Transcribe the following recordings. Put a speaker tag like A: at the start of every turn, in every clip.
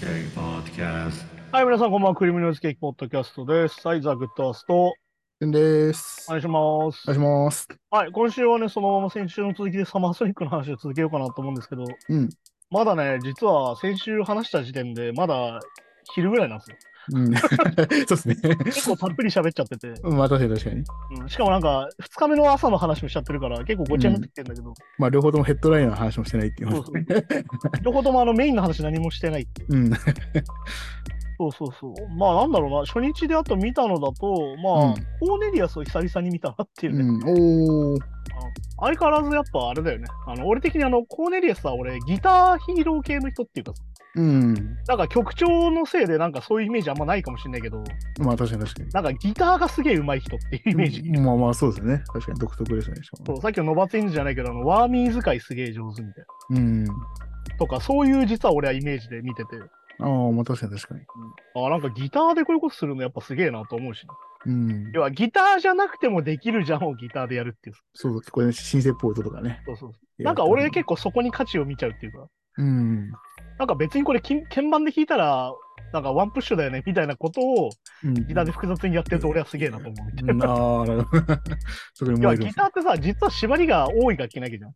A: Cake Podcast.
B: はい、皆さん、こんばんは。クリームノイズケーキポッドキャストです。はい、ザ・グッドアースト、お
C: んです。
B: 願いします。
C: お願いします。
B: はい、今週はね、そのまま先週の続きでサマーソニックの話を続けようかなと思うんですけど、
C: うん。
B: まだね、実は先週話した時点で、まだ昼ぐらいなんですよ。
C: うん、そうですね。
B: 結構たっぷり喋っちゃってて、
C: まあ確かに確かに。
B: うん、しかもなんか、2日目の朝の話もしちゃってるから、結構ごちゃになってきてんだけど、
C: まあ両方ともヘッドラインの話もしてないっていう。
B: そうそう。両方ともあのメインの話何もしてないっていう。
C: うん。
B: そうそうそう。まあ、なんだろうな、初日であと見たのだと、まあ、コーネリアスを久々に見たなっていうね。
C: うん、おー。
B: 相変わらずやっぱあれだよね。あの俺的にあのコーネリアスは俺ギターヒーロー系の人っていうかさ、
C: うん。
B: なんか曲調のせいでなんかそういうイメージあんまないかもしれないけど、
C: まあ確かに確かに。
B: なんかギターがすげえ上手い人っていうイメージ。
C: まあまあそうですね。確かに独特ですね。しか
B: そ
C: も
B: うさっきのノバツインズじゃないけど、あのワーミー使いすげえ上手みたい
C: うん。
B: な。とか、そういう実は俺はイメージで見てて、
C: ああ、まあ確かに確かに。
B: あなんかギターでこういうことするのやっぱすげえなと思うし、
C: うん。
B: 要はギターじゃなくてもできるじゃんをギターでやるっていう。
C: そうそう、結構ね、新生ポートとかね。
B: そうそうそうなんか俺結
C: 構。
B: 構そこに価値を見ちゃうっていうか、
C: うん。
B: なんか別にこれ鍵鍵盤で弾いたら、なんかワンプッシュだよねみたいなことを
C: うん、
B: ギターで複雑にやってると俺はすげえなと思うみたいな。
C: うん、ああ、なるほど。 そこに
B: 要
C: 燃
B: は
C: えるん
B: ギ
C: です
B: ターってさ、実は縛りが多い楽器なきゃじゃん。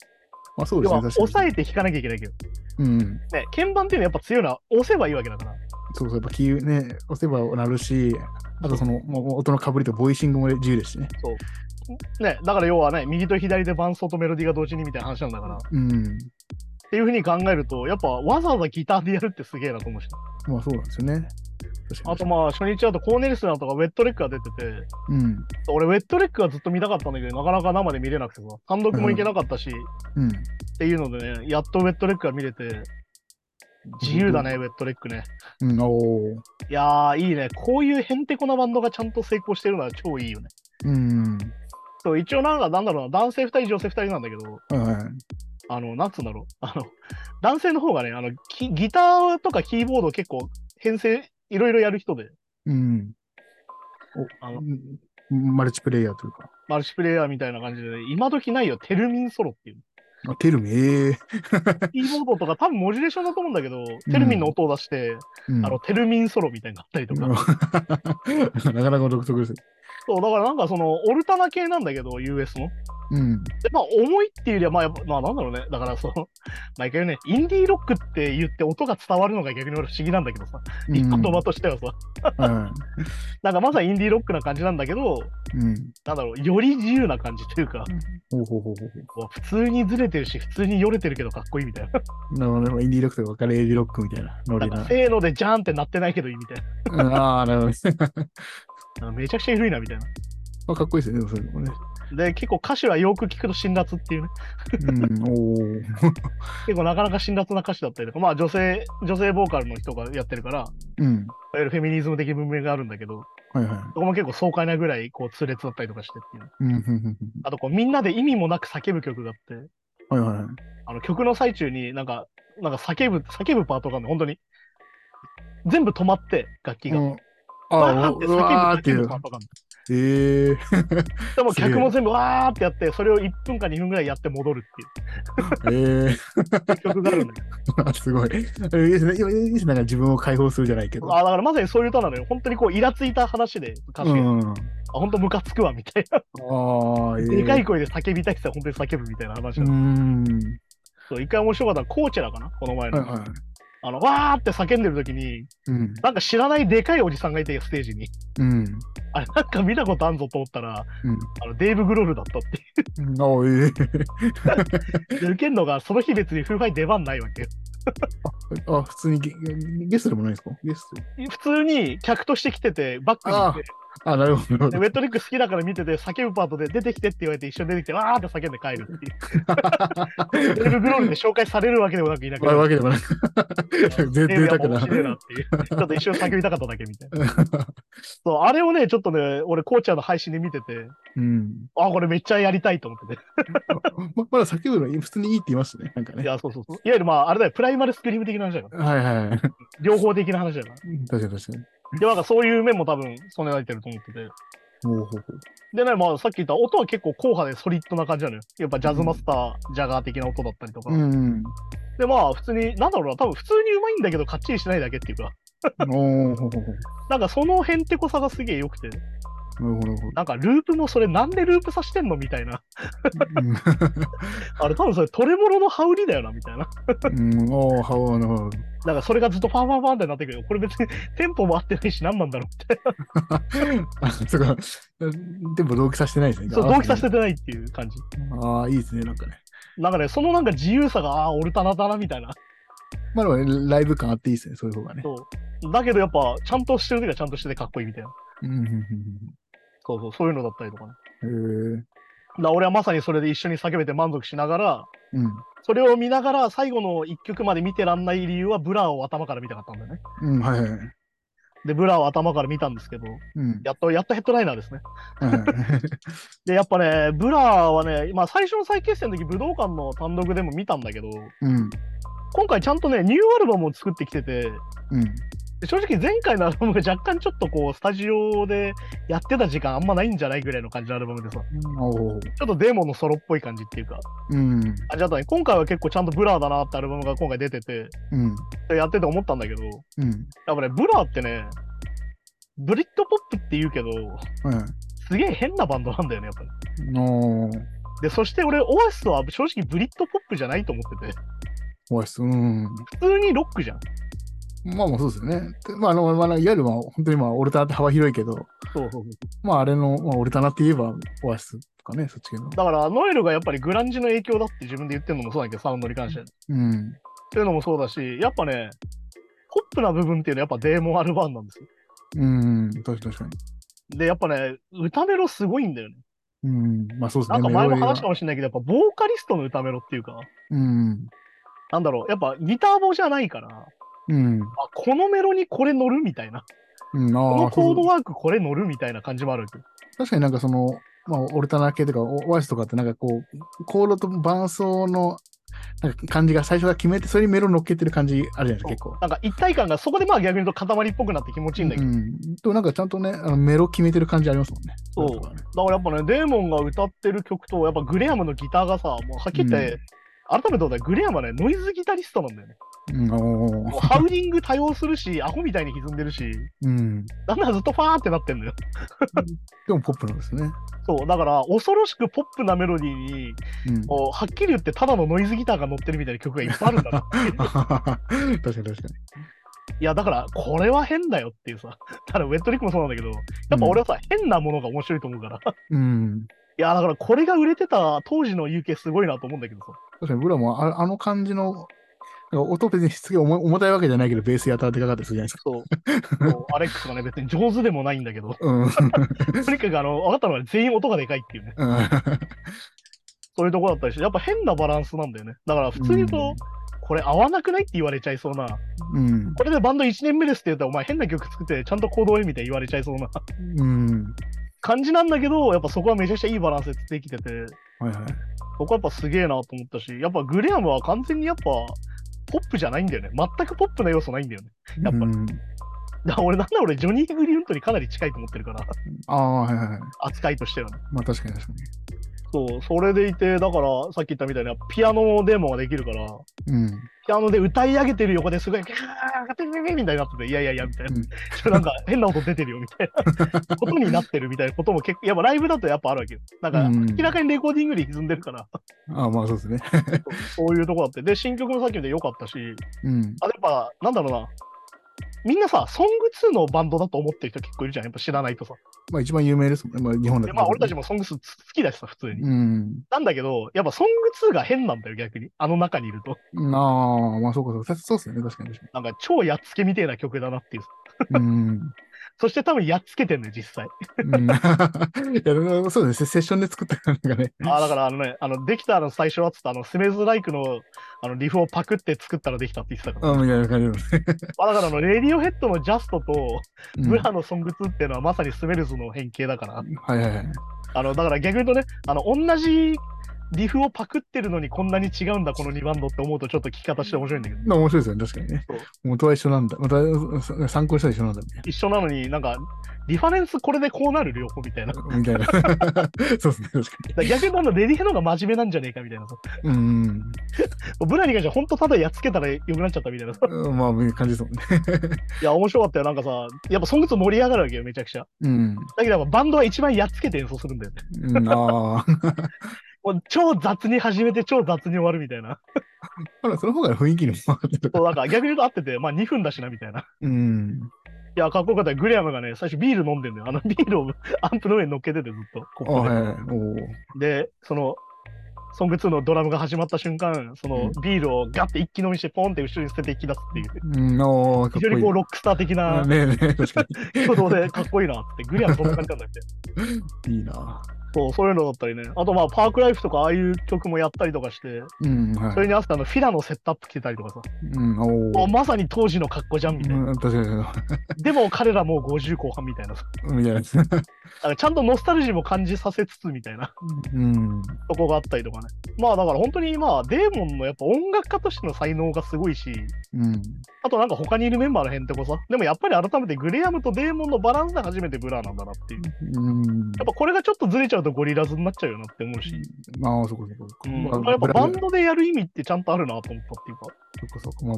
C: まあそうで
B: 要
C: すね。
B: は
C: 確かに
B: 押さえて弾かなきゃいけないけど。
C: うん。
B: ね、鍵盤っていうのはやっぱ強いのは押せばいいわけだから。
C: そうそう、やっぱキーね、押せばなるし、あとその、もう音のかぶりとボイシングも自由ですしね。
B: ね、だから要はね、右と左で伴奏とメロディーが同時にみたいな話なんだから。っ
C: うん。
B: ていうふうに考えると、やっぱわざわざギターでやるってすげえなと思うし。
C: まあそうなんですよね。確かに
B: あとまあ初日だとコーネリスナーとかウェットレックが出てて、
C: うん。
B: 俺ウェットレックがずっと見たかったんだけど、なかなか生で見れなくてさ、単独も行けなかったし、
C: うん。
B: っていうのでね、やっとウェットレックが見れて、自由だね、ウェットレックね。
C: うん、おー
B: いやー、いいね。こういうへんてこなバンドがちゃんと成功してるのは超いいよね。
C: うん。
B: そう、一応なんか、なんだろうな、男性2人、女性2人なんだけど、
C: はいはい。
B: あの、なんつうんだろう。 あの、男性の方がね、あの、きギターとかキーボード結構編成、いろいろやる人で、
C: うん。
B: あ
C: う
B: の、
C: んマルチプレイヤーというか。
B: マルチプレイヤーみたいな感じで、ね、今時ないよ、テルミンソロっていう。
C: あ、テルミ、ええ
B: キーボードとか多分モジュレーションだと思うんだけど、テルミンの音を出して、
C: うん
B: あ の、テルミンソロみたいなのがあったりとか。
C: うんなかなか独特です。
B: そう、だからなんかその、オルタナ系なんだけど、US の。
C: うん。
B: でまあ、重いっていうよりは、まあやっぱ、まあ、なんだろうね。だから、その、 毎回ね、インディーロックって言って音が伝わるのが逆に俺不思議なんだけどさ、
C: うん
B: 言葉としてはさ、
C: は
B: なんかまさにインディーロックな感じなんだけど、
C: いうん。
B: なんだろう、より自由な感じというか、
C: ほうほうほうほ
B: こう普通にずれてるし、普通によれてるけどかっこいいみたいな。
C: う。なるほどね。インディーロックとかカレージロックみたいなノ
B: なん
C: リ
B: か、
C: な。
B: せーのでジャーンってなってないけどいいみたいな。
C: うんああ、なるほどね。
B: なんかめちゃくちゃ緩いなみたいな。
C: まあかっこいいですね。でもそれもね。
B: で、結構歌詞はよく聞くと辛辣っていうね。
C: うん。おー
B: 結構なかなか辛辣な歌詞だったりとか、まあ女性、女性ボーカルの人がやってるから、いわ
C: うん。
B: ゆるフェミニズム的文明があるんだけど、
C: はいはい。
B: そこも結構爽快なぐらい、こう、痛烈だったりとかしてっていう。
C: うんうんうん
B: あとこう、みんなで意味もなく叫ぶ曲があって、
C: うんはいはい。
B: あの曲の最中になんか、なんか叫ぶ、叫ぶパートがあるの、本当に。全部止まって、楽器が。
C: うんあ
B: わ
C: あ、
B: ーって
C: うわーってい
B: 叫ぶ
C: う
B: パ。ートがある
C: ええ
B: でも
C: すげえ
B: 客も全部わーってやって、それを1分か2分ぐらいやって戻るっ
C: え
B: ていう曲があるんだけ
C: えすごい。えーいいですね。いいですね。なんか自分を解放するじゃないけど
B: ど。。あだからまさにそういう歌なのよ。本当にこう、イラついた話で歌詞が、あ、
C: うん。
B: 本当ムカつくわみたいな。
C: ああ、ええ
B: でかい声で叫びたい人は本当に叫ぶみたいな話
C: う
B: なの、
C: ん。
B: そう一回面白かったのはコーチェラかな、この前
C: は
B: の。
C: いはい。
B: あの、わーって叫んでる時に、
C: うん。
B: なんか知らないでかいおじさんがいて、ステージに。
C: うん。
B: あれ、なんか見たことあんぞと思ったら、
C: うん
B: あのデーブ・グロールだったって
C: ああ、え
B: いう。で受けるのが、その日別に風配出番ないわけよ。
C: えあ、普通にゲゲストでもないですかゲス
B: 普通に客として来てて、バックにいて、
C: ト。あ、なるほど。
B: でウェットリック好きだから見てて、叫ぶパートで出てきてって言われて、一緒に出てきて、わーって叫んで帰るっていう。デーブ・グロールで紹介されるわけでもなくいなく
C: わ
B: な
C: わ
B: る。
C: けでもない。ぜ
B: デーブやっ
C: 贅沢
B: ぱ面
C: な。
B: 白いなっていう。ちょっと一瞬叫びたかっただけみたいな。 そう、あれをね、ちょっとね、俺、コーチャーの配信で見てて、
C: うん。
B: あ、これめっちゃやりたいと思ってて。
C: ままだ叫ぶの普通にいいって言いましたね。なんか
B: い
C: ね。
B: や、そうそうそう。いわゆるまあ、あれだよ、プライマルスクリーム的な話だから。
C: はいはいはい。
B: 両方的な話だから。
C: 確かに確かに。
B: で、なんかそういう面も多分備えられてると思ってて。
C: ほうほうほう
B: でね、まあさっき言った音は結構硬派でソリッドな感じなのよ。やっぱジャズマスター、ジャガー的な音だったりとか。
C: うん。
B: でまあ普通に、なんだろうな、多分普通にうまいんだけどかっちりしてないだけっていうか、
C: おーほうほうほう
B: なんかそのへんてこさがすげえ良くて、
C: なるほどなるほ
B: なんかループもそれなんでループさしてんのみたいな。あれ多分それトレモロの羽織だよな、みたいな。
C: ど。うん、うんおー、はおなるほど。
B: なんかそれがずっとパンパンパンってなってくるけど、これ別にテンポも合ってないし何なんだろうって。
C: あ、そうか。でも同期させてないですね。
B: そう、同期させてないっていう感じ。
C: ああ、いいですね、なんかね。
B: なんかね、そのなんか自由さが、ああー、オルタナだな、みたいな。
C: まあでもね、ライブ感あっていいですね、そういう方がね。
B: そう。だけどやっぱ、ちゃんとしてる時はちゃんとしててかっこいいみたいな。
C: うんうん
B: そうそう、そういうのだったりとかね。
C: うんうん。へえ。
B: だから俺はまさにそれで一緒に叫べて満足しながら、
C: うん。
B: それを見ながら最後の一曲まで見てらんない理由はブラを頭から見たかったんだよね。
C: うん、はいはいはい。
B: で、ブラを頭から見たんですけど、
C: うん。
B: やっと、やっとヘッドライナーですね。
C: はいはい
B: で、やっぱね、ブラはね、まあ最初の再結成の時武道館の単独でも見たんだけど、
C: うん。
B: 今回ちゃんとね、ニューアルバムを作ってきてて、
C: うん。
B: で正直前回のアルバムが若干ちょっとこう、スタジオでやってた時間あんまないんじゃないぐらいの感じのアルバムでさ、ち
C: おー
B: ょっとデーモンのソロっぽい感じっていうか、
C: うん。
B: あじゃあね、今回は結構ちゃんとブラだなってアルバムが今回出てて、
C: うん。
B: やってて思ったんだけど、
C: うん。
B: やっぱね、ブラってね、ブリッドポップって言うけど、
C: は
B: すげえ変なバンドなんだよね、やっぱり。
C: い。おー。
B: で、そして俺、オアシスは正直ブリッドポップじゃないと思ってて、
C: おいす。うん。
B: 普通にロックじゃん。
C: まあまあそうですよね。でまああの、まあ、いわゆるまあ本当にまあオルタナって幅広いけど、
B: そうそうそう。
C: まああれの、まあ、オルタナって言えばオアシスとかね、そっち系の。
B: だから、ノエルがやっぱりグランジの影響だって自分で言ってるのもそうだけど、サウンドに関して。
C: うん。
B: っていうのもそうだし、やっぱね、ポップな部分っていうのはやっぱデーモンアルバーンなんですよ。
C: うん。確かに確か
B: で、やっぱね、歌メロすごいんだよね。
C: に。うん。まあそうです
B: な
C: ね。
B: んか前も
C: メロディーが
B: 話したかもしれないけど、やっぱボーカリストの歌メロっていうか、
C: うん。
B: なんだろう、やっぱギター棒じゃないから、あ
C: うん。
B: このメロにこれ乗るみたいな、
C: うん、
B: こ
C: あ
B: の
C: あ、
B: コ
C: そ
B: ー
C: う
B: ドワークこれ乗るみたいな感じもあるわけど。
C: 確かになんかその、まあ、オルタナ系とか、オオアシスとかってなんかこう、コードと伴奏の、なんか感じが最初が決めて、それにメロ乗っけてる感じあるじゃないですか、結構。
B: なんか一体感がそこでまあ逆に言うと塊っぽくなって気持ちいいんだけ
C: う
B: ど、
C: ん。でもなんかちゃんとね、あのメロ決めてる感じありますもんね。
B: そう
C: なんとかね
B: だからやっぱね、デーモンが歌ってる曲と、やっぱグレアムのギターがさ、もうはっきり言って、改めて思ったらグレアムはね、ノイズギタリストなんだよね。
C: うん、おー
B: もうハウリング多用するし、ア ホみたいに歪んでるし、
C: うん。で
B: だんだんずっとファーってなってんのよ。
C: もポップなんですね。
B: そう、だから恐ろしくポップなメロディーに、
C: うん。
B: こうはっきり言ってただのノイズギターが乗ってるみたいな曲がいっぱいあるんだ な。
C: 確かに確かに。
B: いや、だからこれは変だよっていうさ、ただウェットリックもそうなんだけど、やっぱ俺はさ、変なものが面白いと思うから。い
C: うん。
B: や、だからこれが売れてた当時の UK すごいなと思うんだけどさ。
C: 確かに、ブラもああの感じの、なんか音別にしつけ重い重たいわけじゃないけど、ベースやたらでかかったりするじゃないですか。
B: そう。 そうアレックスがね、別に上手でもないんだけ ど、
C: うん。
B: とにかくあの、分かったのは全員音がでかいっていうね。そういうとこだったりして、やっぱ変なバランスなんだよね。だから普通にと、これ合わなくないって言われちゃいそうな、
C: うん。
B: これでバンド1年目ですって言ったら、お前変な曲作って、ちゃんと行動へみたいに言われちゃいそうな
C: うん。
B: 感じなんだけど、やっぱそこはめちゃくちゃいいバランスでできてて、
C: はいはい。
B: そこはやっぱすげえなと思ったし、やっぱグレアムは完全にやっぱ、ポップじゃないんだよね。全くポップな要素ないんだよね。やっぱ
C: うん、
B: だから俺、なんだ俺、ジョニー・グリウントにかなり近いと思ってるから、
C: ああ、はいはいはい。
B: 扱いとしてはね。
C: まあ確かに確か
B: そう、それでいて、だから、さっき言ったみたいな、ピアノデモができるから、
C: に。うん。
B: ピアノで歌い上げてる横ですごい、ピャーピャーピャーピャーみたいになってて、いやいやいや、みたいな。
C: うん
B: ちょっとなんか変な音出てるよ、みたいなことになってるみたいなことも結構、やっぱライブだとやっぱあるわけよ。なんか、
C: うん
B: 明らかにレコーディングで歪んでるから、
C: ああ、まあそうですね。
B: そういうとこだって。で、新曲もさっきので良かったし、
C: うん。
B: あとやっぱ、なんだろうな。みんなさ、ソング2のバンドだと思ってる人結構いるじゃん、やっぱ知らないとさ。
C: まあ一番有名ですもんね。まあ日本だ
B: で、まあ俺たち
C: も。
B: もソング2好きだしさ、普通に。
C: うん。
B: なんだけど、やっぱソング2が変なんだよ、逆に。あの中にいると。
C: ああ、まあそうかそうか。そうですよね。確かに確
B: なんか超やっつけみてえな曲だなっていう。
C: かに。うん。
B: そして多分やっつけてんのよ、実際。
C: うん、い やそうですね。セッションで作った感じがね。
B: あーだからあのね、あのできたの最初はっつったあのスメズライクのあのリフをパクって作ったらできたって言って たから。
C: あみたいな感じなんですね。
B: まあだからあのレディオヘッドのジャストと
C: うん
B: ブラのソング2っていうのはまさにスメルズの変形だから。
C: はいはいはい。
B: あのだから逆に言うとね、あの同じリフをパクってるのにこんなに違うんだ、この2バンドって思うとちょっと聞き方して面白いんだけど、
C: まあ面白いですよね、確かにね
B: そう。
C: 元は一緒なんだ。元は参考したら一緒なんだみたい
B: 一緒なのになんか、リファレンスこれでこうなる両方みたいな。だか
C: な。みたい な。そうですね、確から
B: 逆になんだ、レディヘの方が真面目なんじゃねえかみたいなさ。
C: に。うん
B: ブラに関しては本当ただやっつけたら良くなっちゃったみたいなさ。
C: うん。まあ、いう感じですもんね。
B: いや、面白かったよ。なんかさ、やっぱソングス盛り上がるわけよ、めちゃくちゃ。
C: うん。
B: だけどやっぱバンドは一番やっつけて演奏するんだよね。
C: うん、あ ー
B: もう超雑に始めて超雑に終わるみたいな。
C: あら、その方が雰囲気にも分かってる
B: そうなんか逆に言うと合ってて、まあ2分だしなみたいな。
C: うん。
B: いや、かっこよかったよ。グレアムがね、最初ビール飲んでんだよ。あのビールを アンプの上に乗っけててずっとコ
C: あはい
B: ップ
C: はい。おー
B: で。で、その、ソング2のドラムが始まった瞬間、そのビールをガッて一気飲みしてポンって後ろに捨てていき出すっていう。
C: うん、おーか
B: 非常
C: っこい
B: に
C: い
B: こうロックスター的
C: あ
B: な
C: ねえねえ、確か
B: 挙動でかっこいいなっつって、グレアムそんな感じなん だよね。
C: に。いいな。
B: そう、そういうのだったりね。あと、まあ、パークライフとか、ああいう曲もやったりとかして、
C: うん、は
B: それ
C: い。
B: に合わせて、あの、フィラのセットアップ着てたりとかさ、
C: うん、お
B: もう
C: ー
B: まさに当時の格好じゃんみたいな。
C: うん、確か
B: でも、彼らもう50後半みたいなさ。
C: に。みたいな。
B: だからちゃんとノスタルジーも感じさせつつみたいな
C: うん。
B: とこがあったりとかね。まあ、だから本当に、まあ、デーモンのやっぱ音楽家としての才能がすごいし、
C: うん。
B: あとなんか他にいるメンバーの辺ってこさ、でもやっぱり改めてグレアムとデーモンのバランスで初めてブラーなんだなっていう。
C: うん。
B: やっぱこれがちょっとずれちゃうとゴリラズになっちゃうよなって思うし、
C: まあ、そこそこ。
B: うん、
C: まあ
B: やっぱバン
C: ブラ
B: ドでやる意味ってちゃんとあるなと思ったっていうか、
C: そこそこ。まあ、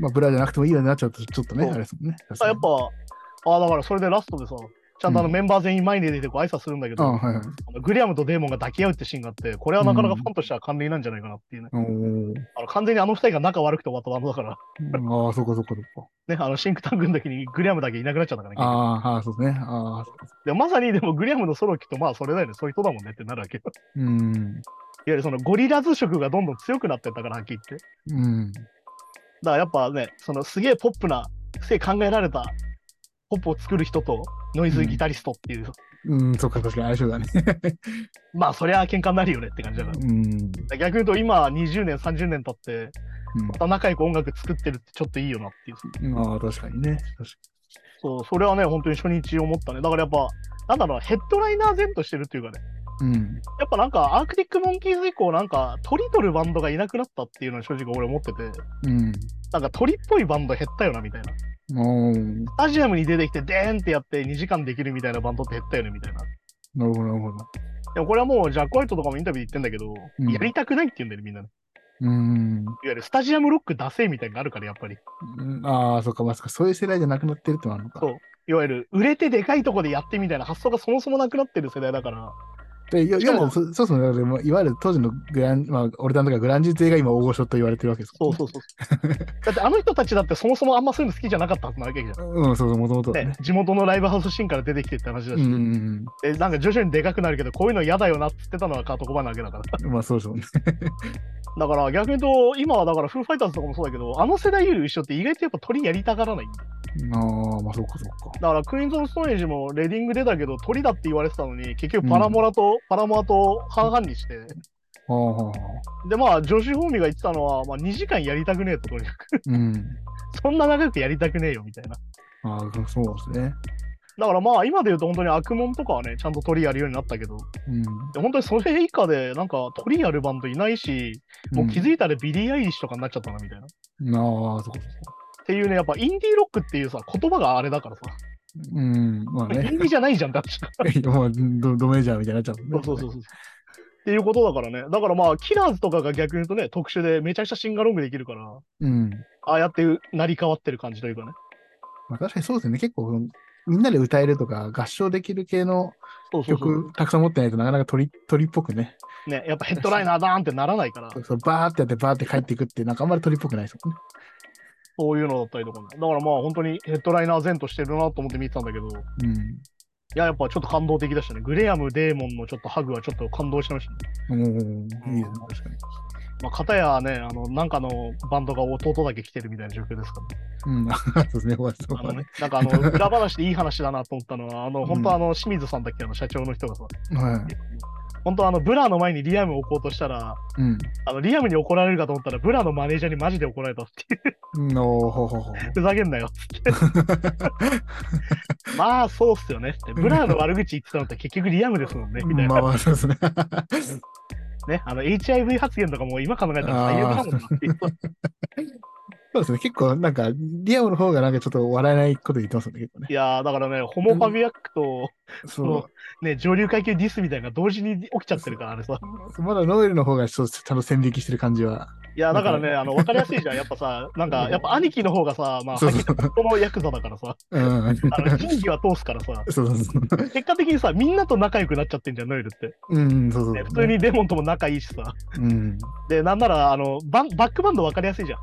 C: まあ、ブラじゃなくてもいいようになっちゃうと、ちょっとね、
B: そう
C: あれですもんね。
B: あやっぱ、あだからそれでラストでさ、ちゃんとあの
C: うん
B: メンバー全員前に出てこう挨拶するんだけ
C: あ
B: ど、
C: はいはい。
B: あのグリアムとデーモンが抱き合うってシーンがあって、これはなかなかファンとしては関連なんじゃないかなっていうね。
C: おー
B: あの完全にあの二人が仲悪くて終わったバンドだから、
C: ああ、そこそこそこ。
B: ね、あのシンクタンクの時にグリアムだけいなくなっちゃったからね。
C: ああ、はいそうですね。ああ、そこそこ
B: でまさにでもグリアムのソロを聞くと、まあそれだよね、そういう人だもんねってなるわけ。いわ
C: うん。
B: ゆるそのゴリラズ色がどんどん強くなってったから、はっきり言って。
C: うん。
B: だからやっぱね、そのすげえポップな、すげえ考えられたポップを作る人とノイズギタリストっていう、
C: うん、そっか、確かに相性だね。
B: まあそりゃ喧嘩になるよねって感じだから。
C: うん。
B: 逆に言うと今20年30年経ってまた仲良く音楽作ってるってちょっといいよなっていう
C: うんまあ、確かにね。確
B: そうそれはね本当に初日思ったねだからやっぱなんだろうヘッドライナー前としてるっていうかね
C: かに。うん。
B: やっぱなんかアークティック・モンキーズ以降なんか鳥取るバンドがいなくなったっていうのは正直俺思ってて
C: うん。
B: なんか鳥っぽいバンド減ったよなみたい なス
C: おー
B: タジアムに出てきてデーンってやって2時間できるみたいなバンドって減ったよねみたいな
C: なるほど、なるほど。
B: でもこれはもうジャック・ホワイトとかもインタビューで言ってんだけど、
C: うん
B: やりたくないって言うんだよねみんなね
C: うん。
B: いわゆるスタジアムロックダセーみたいなのがあるからやっぱり
C: うんああ、そっか、まあ、そっかそういう世代じゃなくなってるってのはあるのか。
B: そういわゆる売れてでかいとこでやってみたいな発想がそもそもなくなってる世代だから、
C: でいわい
B: しか
C: わゆ
B: も
C: る、そそうそう、だからまあいわゆる当時のグラン、まあ、俺たんとかグランジ勢が今大御所と言われてるわけです
B: そうそうそう。だってあの人たちだってそもそもあんまそういうの好きじゃなかったはずなわけじゃん。
C: う。うん、そうそう、もともとは
B: ね
C: ね。、
B: 地元のライブハウスシーンから出てきてって話だ
C: う
B: し、
C: ん、
B: でなんか徐々にでかくなるけど、こういうの嫌だよなって言ってたのはカートコバーンなわけだから。
C: まあそうでしょうね。
B: だから逆に言うと、今はだからフーファイターズとかもそうだけど、あの世代より後ろって意外とやっぱ鳥やりたがらないんだよ
C: ああ、まあそうかそうか。
B: だからクイーンズ・オブ・ストーンエイジもレディング出たけど、鳥だって言われてたのに、結局パラモラと、パラモアと半々にして、
C: ああ、
B: でまあ、ジョシュ・ホーミーが言ってたのは、まあ、2時間やりたくねえと、とにかく。
C: うん。
B: そんな長くやりたくねえよみたいな。
C: ああ、そうですね。
B: だからまあ今で言うと本当に悪門とかはね、ちゃんと鳥やるようになったけど、
C: うん。
B: で本当にそれ以下でなんか鳥やるバンドいないし、もう気づいたらビリー・アイリッシュとかになっちゃったなみたいな。っ
C: うんああ、そうかそうか。
B: ていうね、やっぱインディーロックっていうさ、言葉があれだからさ、
C: うん、まあ
B: イン
C: ね。
B: ディーじゃないじゃんって話。
C: いやまあ、ドドメジャーみたいになっちゃうもん
B: そ
C: ね、
B: うそうそうそう。っていうことだからね、だからまあキラーズとかが逆に言うとね、特殊でめちゃくちゃシンガロングできるから、
C: うん。
B: ああやって成り変わってる感じというかね。
C: まあ確かにそうですね。結構、みんなで歌えるとか、合唱できる系の
B: そうそうそう。
C: 曲、たくさん持ってないとなかなか鳥鳥っぽくね。
B: ね、やっぱヘッドライナーだーんってならないから
C: そ。うそうバーってやってバーって帰っていくってなんかあんまり鳥っぽくないですもんね。
B: そういうのだったりとかね。だからまあ本当にヘッドライナー前としてるなと思って見てたんだけど、いややっぱちょっと感動的だしたね。グレアム、デーモンのちょっとハグはちょっと感動しましたね。
C: うん。おーいいですね、確かに。
B: まあ、片やね、あの、なんかのバンドが弟だけ来てるみたいな状況ですから、ね。
C: うん、 あそうですね、終わりそう
B: あの
C: だ
B: ね
C: ね。、
B: なんかあの、裏話でいい話だなと思ったのは、あの、本当はあの、清水さんだっけ、あの、社長の人がさ、
C: は
B: 本当はあの、ブラの前にリアムを置こうとしたら、
C: い。うん。
B: あの、リアムに怒られるかと思ったら、ブラのマネージャーにマジで怒られたっていう、
C: うんおーほうほうほう。
B: ふざけんなよって。 まあ、そうっすよねって。ブラの悪口言ってたのって結局リアムですもんね、みたいな。
C: まあまあ、そうですね。
B: ね、 あの HIV 発言とかも今考えたら最悪だもんなっていう。
C: そうですね。結構、なんか、リアムの方がなんかちょっと笑えないこと言ってますよね、結構ね。
B: いやー、だからね、ホモファビアックと、
C: そ
B: ね、上流階級ディスみたいなのが同時に起きちゃってるから、あれさ。
C: う。まだノエルの方がちょっとちゃんと線引きしてる感じは。
B: いや、だから
C: わ
B: ね、あの、わかりやすいじゃん。やっぱさ、なんか、やっぱ兄貴の方がさ、まあ、
C: そう
B: 先
C: そう
B: のヤクザだからさ、
C: うん。そう
B: あの、仁義は通す からさ、
C: そうそう。
B: 結果的にさ、みんなと仲良くなっちゃってんじゃん、ノエルって。
C: うん、そうそう。
B: ね普通。にデモンとも仲いいしさ。
C: うん。
B: で、なんなら、あの、バンバックバンドわかりやすいじゃん。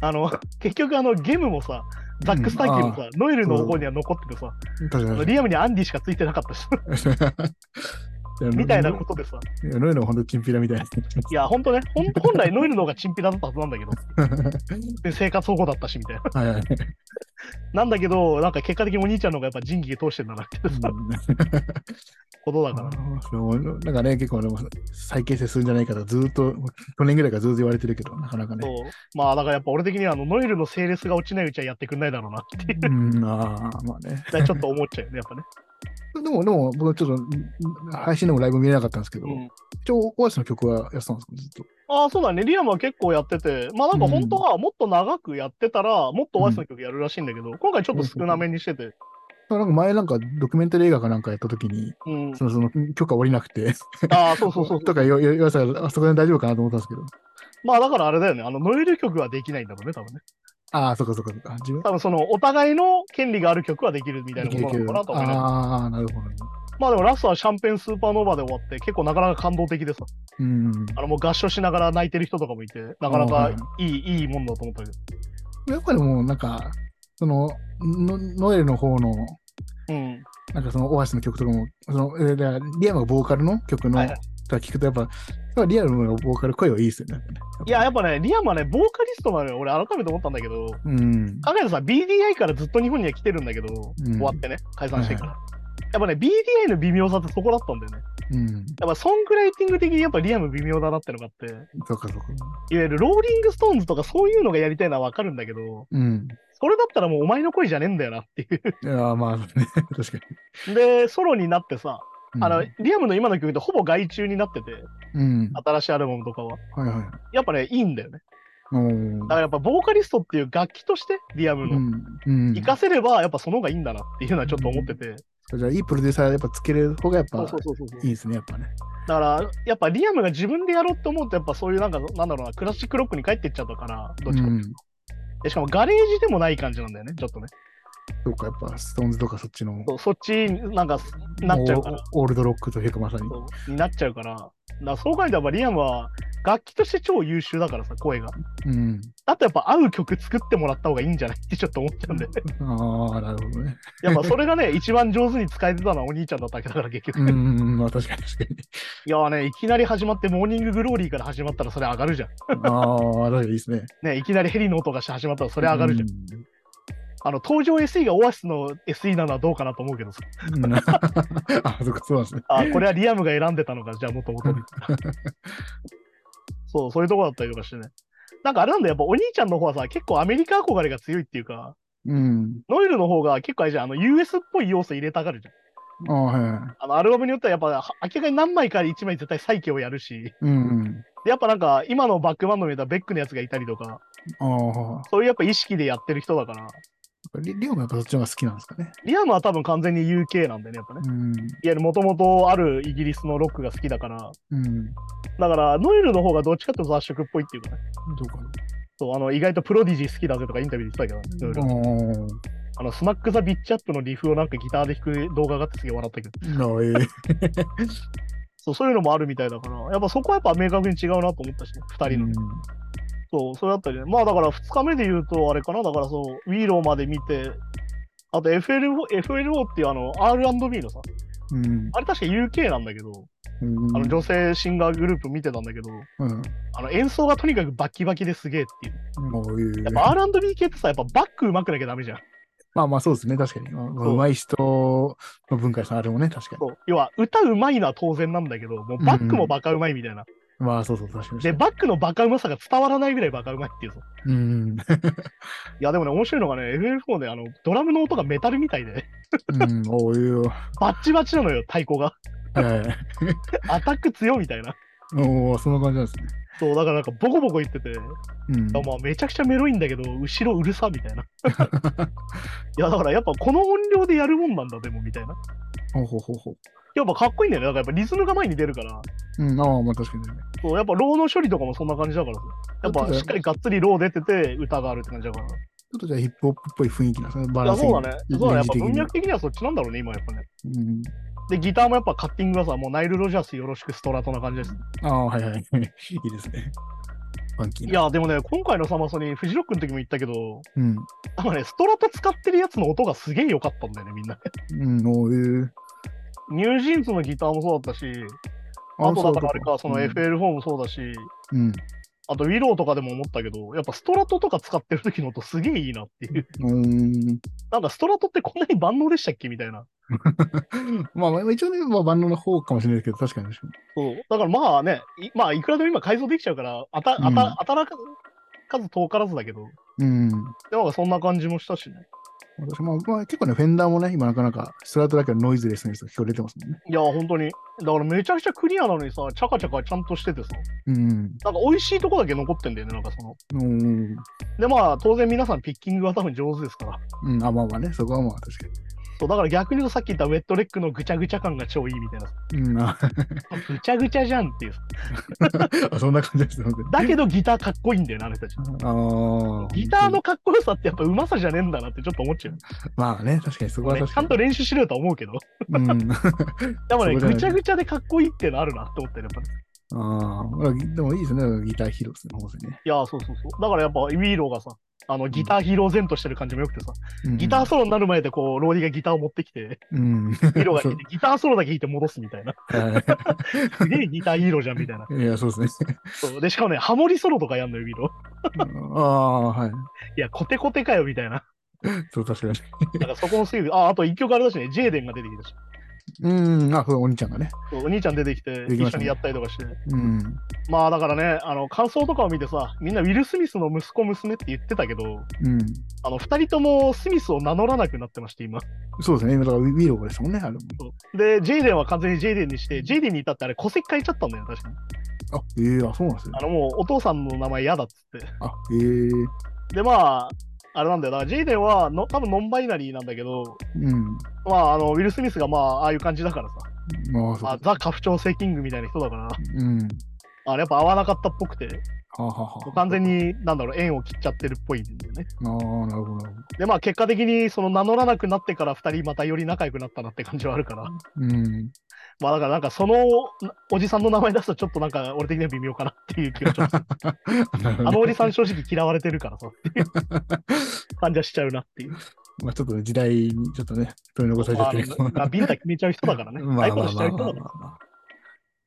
B: あ の、結局、あの、ゲムもさ、ザック・スターキーもさ、ノエルの方には残っててさ、
C: 確かに。
B: リアムにアンディしかついてなかったし、みたいなことでさ、
C: ノエルは本当チンピラみたいな。
B: いや、ほんとね、ほん本来ノエルの方がチンピラだったはずなんだけど、 で生活保護だったしみたいな。
C: はいはい。
B: なんだけど、なんか結果的にお兄ちゃんの方がやっぱ仁義通してんだなってことだから。
C: うん、なんかね、結構俺も再形成するんじゃないかと、ずーっと、去年ぐらいからずっと言われてるけど、なかなかね。
B: そうまあだからやっぱ俺的にはあのノエルの整列が落ちないうちはやってくんないだろうなっていう
C: うん、ああ、まあね。
B: ちょっと思っちゃうよねやっぱね。
C: でも、でも、僕ちょっと、うん配信でもライブ見れなかったんですけど、
B: うん
C: 一応、オアシスの曲はやってたんですか、ずっと。
B: ああそうだねリアムは結構やっててまあなんか本当はもっと長くやってたらもっとオアシスの曲やるらしいんだけど、今回ちょっと少なめにしてて、
C: だからなんか前なんかドキュメンタリー映画かなんかやった時に、
B: うん、
C: その、その、許可下りなくて、
B: ああそうそうそう
C: とかよ、よ、よさ、あそこで大丈夫かなと思ったんですけど。
B: まあだからあれだよねあのノエル曲はできないんだろうね多分ね
C: ああ、そっかそっかそっか。自分
B: 多分そのお互いの権利がある曲はできるみたい
C: で
B: な
C: き
B: こ
C: る
B: となのか
C: け
B: なと
C: ど。
B: は思います
C: ああ、なるほどね。
B: まあでもラストはシャンペーンスーパーノーバーで終わって結構なかなか感動的でさ
C: うん。
B: あのもう合唱しながら泣いてる人とかもいてなかなかいい,、い、いもんだと思ったけど
C: やっぱりもうなんか、その、ノノエルの方の、
B: うん
C: なんかそのオアシスの曲とかも、その、えーだからリアムがボーカルの曲の、
B: は
C: はい
B: はい
C: 聞くとやっぱ、やっぱリアムのボーカル声はいいですよね。
B: いややっぱねリアムはねボーカリストなのよ俺改めて思ったんだけど
C: うん。
B: 考えてさ BDI からずっと日本には来てるんだけど、
C: うん
B: 終わってね解散してから、やっぱね BDI の微妙さってそこだったんだよね
C: うん。
B: やっぱソングライティング的にやっぱリアム微妙だなってのがあって
C: そうかそうか。
B: いわゆるローリングストーンズとかそういうのがやりたいのはわかるんだけど
C: うん。
B: それだったらもうお前の声じゃねえんだよなっていう
C: いやー、まあね、 確かに。
B: でソロになってさ、
C: うん
B: あのリアムの今の曲ってほぼ外注になってて
C: うん。
B: 新しいアルバムとかは
C: はいはい。
B: やっぱねいいんだよね
C: うん
B: だからやっぱボーカリストっていう楽器としてリアムの
C: うん。
B: 活かせればやっぱその方がいいんだなっていうのはちょっと思ってて、
C: じゃあ、いいプロデューサーやっぱつける方がやっぱ
B: そうそうそうそう
C: いいですね、やっぱね。
B: だからやっぱリアムが自分でやろうって思うとやっぱそういうなんかなんだろうなクラシックロックに帰ってっちゃったからどっちかっていうと、でしかもガレージでもない感じなんだよねちょっとね
C: そうか、やっぱ、ストーンズとかそっちの、
B: そうそっちになんかなっちゃうから
C: オールドロックというかまさに。
B: そうになっちゃうからだからそう考えたらやっぱリアムは楽器として超優秀だからさ声が
C: うん。
B: だとやっぱ合う曲作ってもらった方がいいんじゃないってちょっと思っちゃうんで、ね、
C: ああ、なるほどね。
B: やっぱそれがね一番上手に使えてたのはお兄ちゃんだったわけだから結局、
C: うん
B: い
C: うん、まあ確かに確かに。
B: やーねいきなり始まってモーニンググローリーから始まったらそれ上がるじゃん
C: ああ、確かにいいですね。
B: ねいきなりヘリの音がして始まったらそ
C: こ
B: れ上がるじゃん
C: ゃ
B: あの、登場 SE がオアシスの SE なのはどうかなと思うけどさ。
C: ん。 うん、あ、そっか、そうなんですね。
B: あ、これはリアムが選んでたのか、じゃあもともと。 そう、そういうとこだったりとかしてね。なんかあれなんだよ、やっぱお兄ちゃんの方はさ、結構アメリカ憧れが強いっていうか、
C: うん。
B: ノイルの方が結構あれじゃん、あの、US っぽい要素入れたがるじゃん。
C: ああ、はいはい。
B: あの、アルバムによってはやっぱ、は明らかに何枚か1枚絶対再起をやるし、
C: うん。
B: でやっぱなんか、今のバックバンドの見たらベックのやつがいたりとか、
C: ああ、
B: そういうやっぱ意識でやってる人だから、
C: リリオもやっぱそっちの方が好きなんですかね。
B: リアムは多分完全に UK なんだよね、やっぱね。
C: うん。
B: いや、もともとあるイギリスのロックが好きだから、
C: うん。
B: だから、ノエルの方がどっちかっていうと雑食っぽいっていうかね。
C: どうかな。
B: そう、あの、意外とプロディジー好きだぜとかインタビューで言ってたけど、ノエルは
C: あ
B: あの、スナック・ザ・ビッチ・アップのリフをなんかギターで弾く動画があってすげえ笑ったけど、
C: あ、ええ。
B: そう、そういうのもあるみたいだから、やっぱそこはやっぱ明確に違うなと思ったしね、二人の。そう、それだったりね。まあだから二日目で言うと、あれかな、だからそう、ウィーローまで見て、あと FLO, FLO っていうあの R&B のさ、
C: うん。
B: あれ確か UK なんだけど、
C: うん。
B: あの女性シンガーグループ見てたんだけど、
C: うん。
B: あの演奏がとにかくバッキバキですげえっていう。
C: もういう
B: やっぱ R&B 系ってさ、やっぱバックうまくなきゃダメじゃん。
C: まあまあそうですね、確かに。まあ
B: そう
C: うまい人の文化さんあれもね、確かに。
B: そう要は歌うまいのは当然なんだけど、もうバックもバカうまいみたいな。
C: まあそうそう、確かに。
B: で、バックのバカうまさが伝わらないぐらいバカうまいっていうぞ。
C: うん。
B: いや、でもね、面白いのがね、FF4 であのドラムの音がメタルみたいで、
C: うん、おういう。
B: バッチバチなのよ、太鼓が。
C: はいはい。
B: アタック強みたいな。
C: おお、そんな感じなんですね。
B: そう、だからなんかボコボコ言ってて、
C: うん。
B: まあめちゃくちゃメロいんだけど、後ろうるさみ たいな。いや、だからやっぱこの音量でやるもんなんだ、でもみたいな。
C: ほうほうほうほ
B: やっぱかっこいいんだよね。だからやっぱリズムが前に出るから、
C: う。うん、ああ、まあ確かにね。
B: そうやっぱローの処理とかもそんな感じだからさ。やっ
C: だっ
B: ぱ
C: てね
B: しっかりがっつりロー出てて、歌があるって感じだから。
C: ちょっとじゃあヒップホップっぽい雰囲気なんですね。バ
B: い
C: ラ
B: や、
C: ンス
B: そうだね。そうだね。やっぱ文
C: に
B: 脈的にはそっちなんだろうね、今やっぱね。
C: うん。
B: で、ギターもやっぱカッティングがさ、もうナイル・ロジャースよろしくストラトな感じです。
C: ああ、はい はい。いいですね。ファンキー
B: い
C: な。
B: や、でもね、今回のサマソニー、フジロックの時も言ったけど、
C: うん。
B: あのね、ストラト使ってるやつの音がすげえ良かったんだよね、みんな。
C: うん、おう、えー
B: ニュージーンズのギターもそうだったし、あとだからあれか、その FL4 もそうだし、
C: うん。
B: あとウィローとかでも思ったけど、やっぱストラトとか使ってる時の音すげえいいなっていう。
C: うん。うん
B: なんかストラトってこんなに万能でしたっけみたいな。
C: まあまあ、一応ね、まあ万能な方かもしれないですけど、確かに確かに。
B: そう。だからまあね、いまあいくらでも今改造できちゃうから、あた、あ
C: うん
B: た、当たらかず遠からずだけど、
C: うん。
B: でもそんな感じもしたしね。
C: 私も、まあ結構ね、フェンダーもね、今なかなか、ストライトだけどノイズレスに聞こえてますもんね。
B: いや、本当に。だからめちゃくちゃクリアなのにさ、チャカチャカちゃんとしててさ、
C: うん。
B: なんか美味しいとこだけ残ってんだよね、なんかその。
C: うん。
B: でまあ当然皆さんピッキングは多分上手ですから。
C: うん、あ、まあまあね、そこはまあ確か
B: そうだから逆に言うとさっき言ったウェットレックのぐちゃぐちゃ感が超いいみたいな。
C: に。うん、あ
B: ぐちゃぐちゃじゃんっていう。
C: あそんな感じです、本当に
B: だけどギターかっこいいんだよな、あの人たち。
C: ああ。
B: ギターのかっこよさってやっぱうまさじゃねえんだなってちょっと思っちゃう。
C: まあね、確かにそこは
B: ね
C: 確
B: ち
C: か
B: ゃ
C: に
B: ん。と練習しろよとは思うけど。
C: うん。
B: でもね、
C: そうだよね
B: ぐちゃぐちゃでかっこいいってのあるなって思ってる、やっぱね。
C: ああ、でもいいですね、ギターヒーローですね、本当にね。
B: いやー、そうそうそう。だからやっぱウィーローがさ、あのギターヒーロー前としてる感じもよくてさ、
C: うん
B: ギターソロになる前でこう、ローディがギターを持ってき て、
C: うん。
B: ヒーローが弾
C: そう
B: いてギターソロだけ弾いて戻すみたいな。
C: は
B: すげえギターヒーローじゃんみたいな。
C: いいや、 そうですね。
B: そうで、しかもね、ハモリソロとかやんのよ、ウィーロー。
C: ああ、はい。
B: いや、コテコテかよみたいな。
C: そう、確かに。
B: だからそこのすぐ、あ、あと一曲あれだしね、ジェーデンが出てきたし、
C: うん、あ、そう、お兄ちゃんがね。
B: そうお兄ちゃん出てきて、
C: できま
B: 一
C: した
B: 緒
C: ね
B: にやったりとかして、
C: うん。
B: まあだからね、あの感想とかを見てさ、みんなウィル・スミスの息子、娘って言ってたけど、
C: うん。
B: あの2人ともスミスを名乗らなくなってまして、今。
C: そうですね、今、だからウィウィーローですもんね、あれも。
B: で、ジェイデンは完全にジェイデンにして、ジェイデンに至ってあれ、戸籍変えちゃったんだよ、確かに。
C: あ、ええあ、そうなんですね
B: あ。のもう、お父さんの名前嫌だっつって。
C: あ、ええ
B: で、まあ、あれなんだよ、だからジェイデンはの多分ノンバイナリーなんだけど、
C: うん。
B: まあ、あのウィル・スミスがまあ、ああいう感じだからさ、
C: まあ、そう
B: まあ、
C: か。
B: ザ・家父長性キングみたいな人だから、
C: うん。は
B: あれやっぱ合わなかったっぽくて。
C: あ、はあはあ、
B: 完全。に、なんだろう、縁を切っちゃってるっぽいんだよね。
C: ああ、なるほど、なるほ
B: で、まあ、結果的に、その名乗らなくなってから、2人またより仲良くなったなって感じはあるから、
C: ど。うん。
B: まあ、だから、なんか、そのなおじさんの名前出すと、ちょっとなんか、俺的には微妙かなっていう気がちょっと、
C: なるほ
B: あ
C: ど
B: の
C: ね
B: おじさん、正直嫌われてるからさ、っていう感じはしちゃうな っていう。
C: まあ、ちょっと時代にちょっとね、取り残されちゃ
B: ま
C: っ
B: あ
C: てるかも。
B: まあ、ビンタ決めちゃう人だからね。あ
C: ま
B: あ
C: あ
B: いうこ
C: ま
B: と
C: あ
B: し
C: ま
B: ちゃ
C: あ
B: う人
C: ま
B: だ
C: あ
B: から。
C: まあまあ。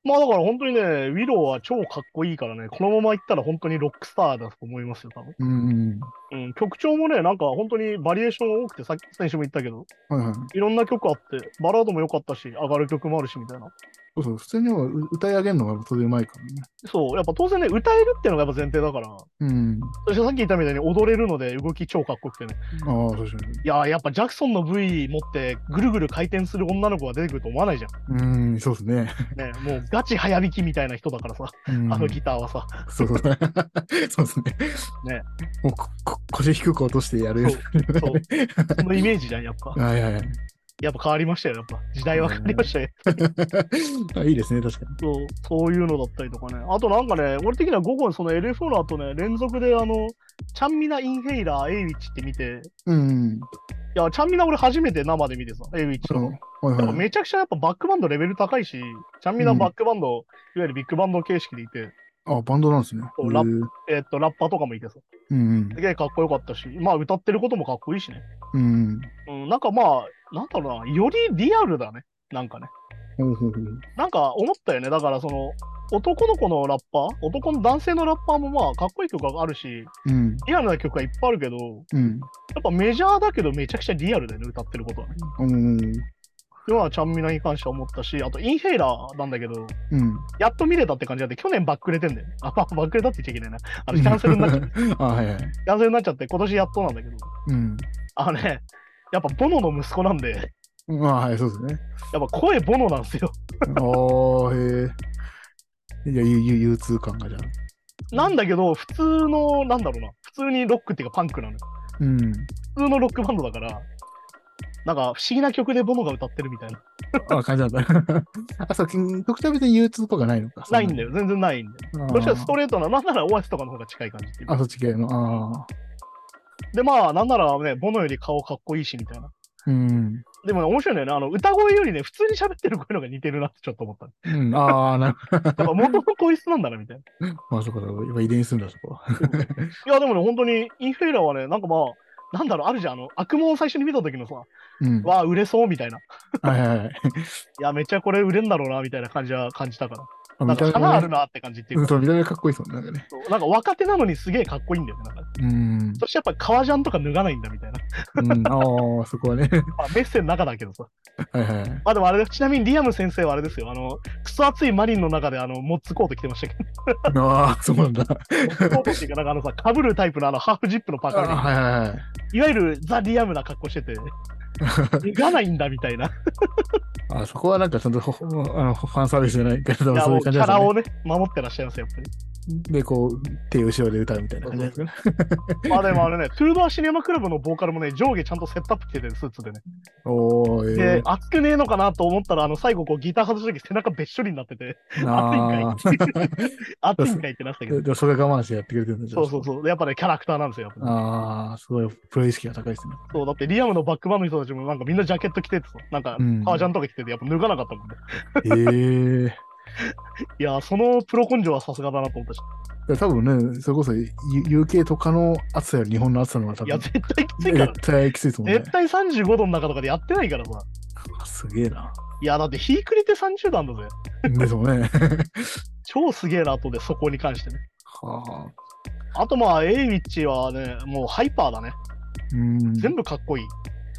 B: まあ、だから、本当にね、ウィローは超かっこいいからね、このまま行ったら、本当にロックスターだと思いますよ、多分。
C: うん。
B: うん、曲調もね、なんか、本当にバリエーションが多くて、さっき、先週も言ったけど、
C: はいはい。
B: いろんな曲あって、バラードも良かったし、上がる曲もあるしみたいな。
C: そうそう、普通にもう歌い上げるのが当然うまいからね。
B: そう、やっぱ当然ね、歌えるっていうのがやっぱ前提だから、
C: うん。
B: 私はさっき言ったみたいに踊れるので動き超かっこよくてね。
C: ああ、そうそう。
B: いやー、やっぱジャクソンの V 持ってぐるぐる回転する女の子が出てくると思わないじゃ
C: うん、そうですね。
B: ん。ね、もうガチ早弾きみたいな人だからさ、
C: うん
B: あのギターはさ。
C: そう そう。そうですね。
B: ね。
C: もうここ腰低く落としてやるやつ。
B: そう、そのイメージじゃん、やっ ぱ。
C: はいはいはい
B: やっぱ変わりましたよ、やっぱ。時代は変わりましたよ。
C: あ。いいですね、確か
B: そう、そういうのだったりとかね。あとなんかね、俺的には午後にその LFO の後ね、連続であの、ちゃんみなインヘイラー、エイウィッチって見て、
C: に。うん。
B: いや、ちゃんみな俺初めて生で見てさ、エイウィッチ
C: そ
B: と
C: の
B: か。
C: はい
B: やっ
C: は
B: ぱ
C: い。
B: めちゃくちゃやっぱバックバンドレベル高いし、ちゃんみなバックバンド、いわゆるビッグバンド形式でいて、
C: あ、バンドなんですね。
B: そうラッ
C: へえ
B: えっと、ラッパーとかもいてさ、
C: うん
B: すげえかっこよかったし、まあ歌ってることもかっこいいしね。
C: うん。
B: うん、なんかまあ、なんだろうな、よりリアルだね、なんかね。
C: うん。ほうほうほう。
B: なんか思ったよね、だからその、男の子のラッパー、男の男性のラッパーもまあかっこいい曲があるし、
C: うん。
B: リアルな曲がいっぱいあるけど、
C: う
B: や
C: ん。
B: っぱメジャーだけどめちゃくちゃリアルだよね、歌ってることはね。
C: うん。
B: 今はちゃんみなに関しては思ったし、あとインヘイラーなんだけど、
C: うん。
B: やっと見れたって感じだって、去年バックれてんだよ。 あ、ババックれたって言っちゃいけないな。あの、キャンセルになっちゃって、
C: あ、はいはい。
B: キャンセルになっちゃって、今年やっとなんだけど、
C: うん。
B: あのね、やっぱボノの息子なんで、やっ
C: まあ、はい、そうですね。
B: ぱ声ボノなんですよ。
C: ああ、へえ。いや、ゆゆ憂鬱感がじゃあ。
B: なんだけど、普通の、なんだろうな、普通にロックっていうかパンクなのよ。
C: うん。
B: 普通のロックバンドだから、なんか不思議な曲でボノが歌ってるみたいな。
C: あ、感じなんだ。 あ、そう、き曲調別に憂鬱とかないのか。
B: ないんだよ、全然ないんだよ。
C: そんな。
B: そしたら
C: あー
B: ストレートな、なんならオアシスとかの方が近い感じっていうか
C: あ、そっち系の。ああ。
B: で、まあ、なんならね、ボノより顔かっこいいしみたいな。
C: うん。
B: でもね、面白いのよね、あの歌声よりね、普通に喋ってる声の方が似てるなってちょっと思 った。
C: うん、ああ、なるほ
B: やっぱ元の声質なんだなみたいな。
C: ど。まあ、そこだ。今遺伝するんだ、そこは。
B: いや、でもね、本当にインフェイラーはね、なんかまあ、なんだろう、あるじゃん、あの悪夢を最初に見た時のさ、
C: うん。は
B: わあ、売れそうみたいな。い
C: いはいはい。
B: や、めっちゃこれ売れんだろうなみたいな感じは感じたから。
C: ま
B: な
C: あ
B: ん
C: 見た
B: か
C: 目
B: 花ある
C: は、
B: なって感じっていううんか、
C: そう、見た目かっこいいですもんねなんかね。
B: なんか若手なのにすげえかっこいいんだよね。なんか
C: うん。
B: そしてやっぱ革ジャンとか脱がないんだみたいな。
C: うん、ああ、そこはね。
B: まあ、メッセの中だけどさ。
C: はいはい。
B: まあでもあれだちなみにリアム先生はあれですよ。あの、クソ暑いマリンの中であの、モッツコート着てましたけど、
C: ああ、そうなんだ。
B: モッツコートっていうか、なんかあのさ、かぶるタイプのあの、ハーフジップのパ
C: あ
B: ーカー
C: ー
B: に
C: はいはいはい。
B: いわゆるザ・リアムな格好してて、脱がないんだみたいな。
C: あそこはなんかちゃんとほあのファンサービスじゃないけど、
B: いや
C: そう
B: も
C: いうう
B: キ
C: 感じ
B: ャ
C: なんです
B: ラ
C: よ
B: を
C: ね。
B: ね、守ってらっしゃいますよ、やっぱり。
C: で、こう、手後ろで歌うみたいな感じなんですね。
B: まあでもあれね、トゥードアシネマクラブのボーカルもね、上下ちゃんとセットアップ着てて、スーツでね。
C: おー、え
B: で、熱くねえのかなと思ったら、あの、最後こうギター外した時背中べっしょりになって て、
C: ー、
B: 熱い
C: なあ
B: ん。かい熱いんかいってなったけど
C: で。でもそれ我慢してやってくれてるんだじゃ
B: そ
C: あ
B: うそうそう。でやっぱね、キャラクターなんですよ。やっぱね
C: ああ、すごい、プロ意識が高いですね。
B: そう、だってリアムのバックバンドの人たちもなんかみんなジャケット着ててさ、なんか
C: うん
B: 革ジャンとか着てて、やっぱ脱がなかったもんね。
C: ええ
B: いやー、そのプロ根性はさすがだなと思ったし。
C: ー。多分ね、それこそ U- UK とかの暑さより日本の暑さの方が多
B: いや、
C: 分
B: 絶対きついから
C: 絶。対きついですもんね
B: 絶。対35度の中とかでやってないからさ。
C: すげえな。
B: いや、だって日暮れて30度あんだぜ。
C: ですもんね。
B: 超すげえなとで、そこに関してね。
C: はあ。
B: あとまあ、エイウィッチはね、もうハイパーだね。
C: うん。
B: 全部かっこいい。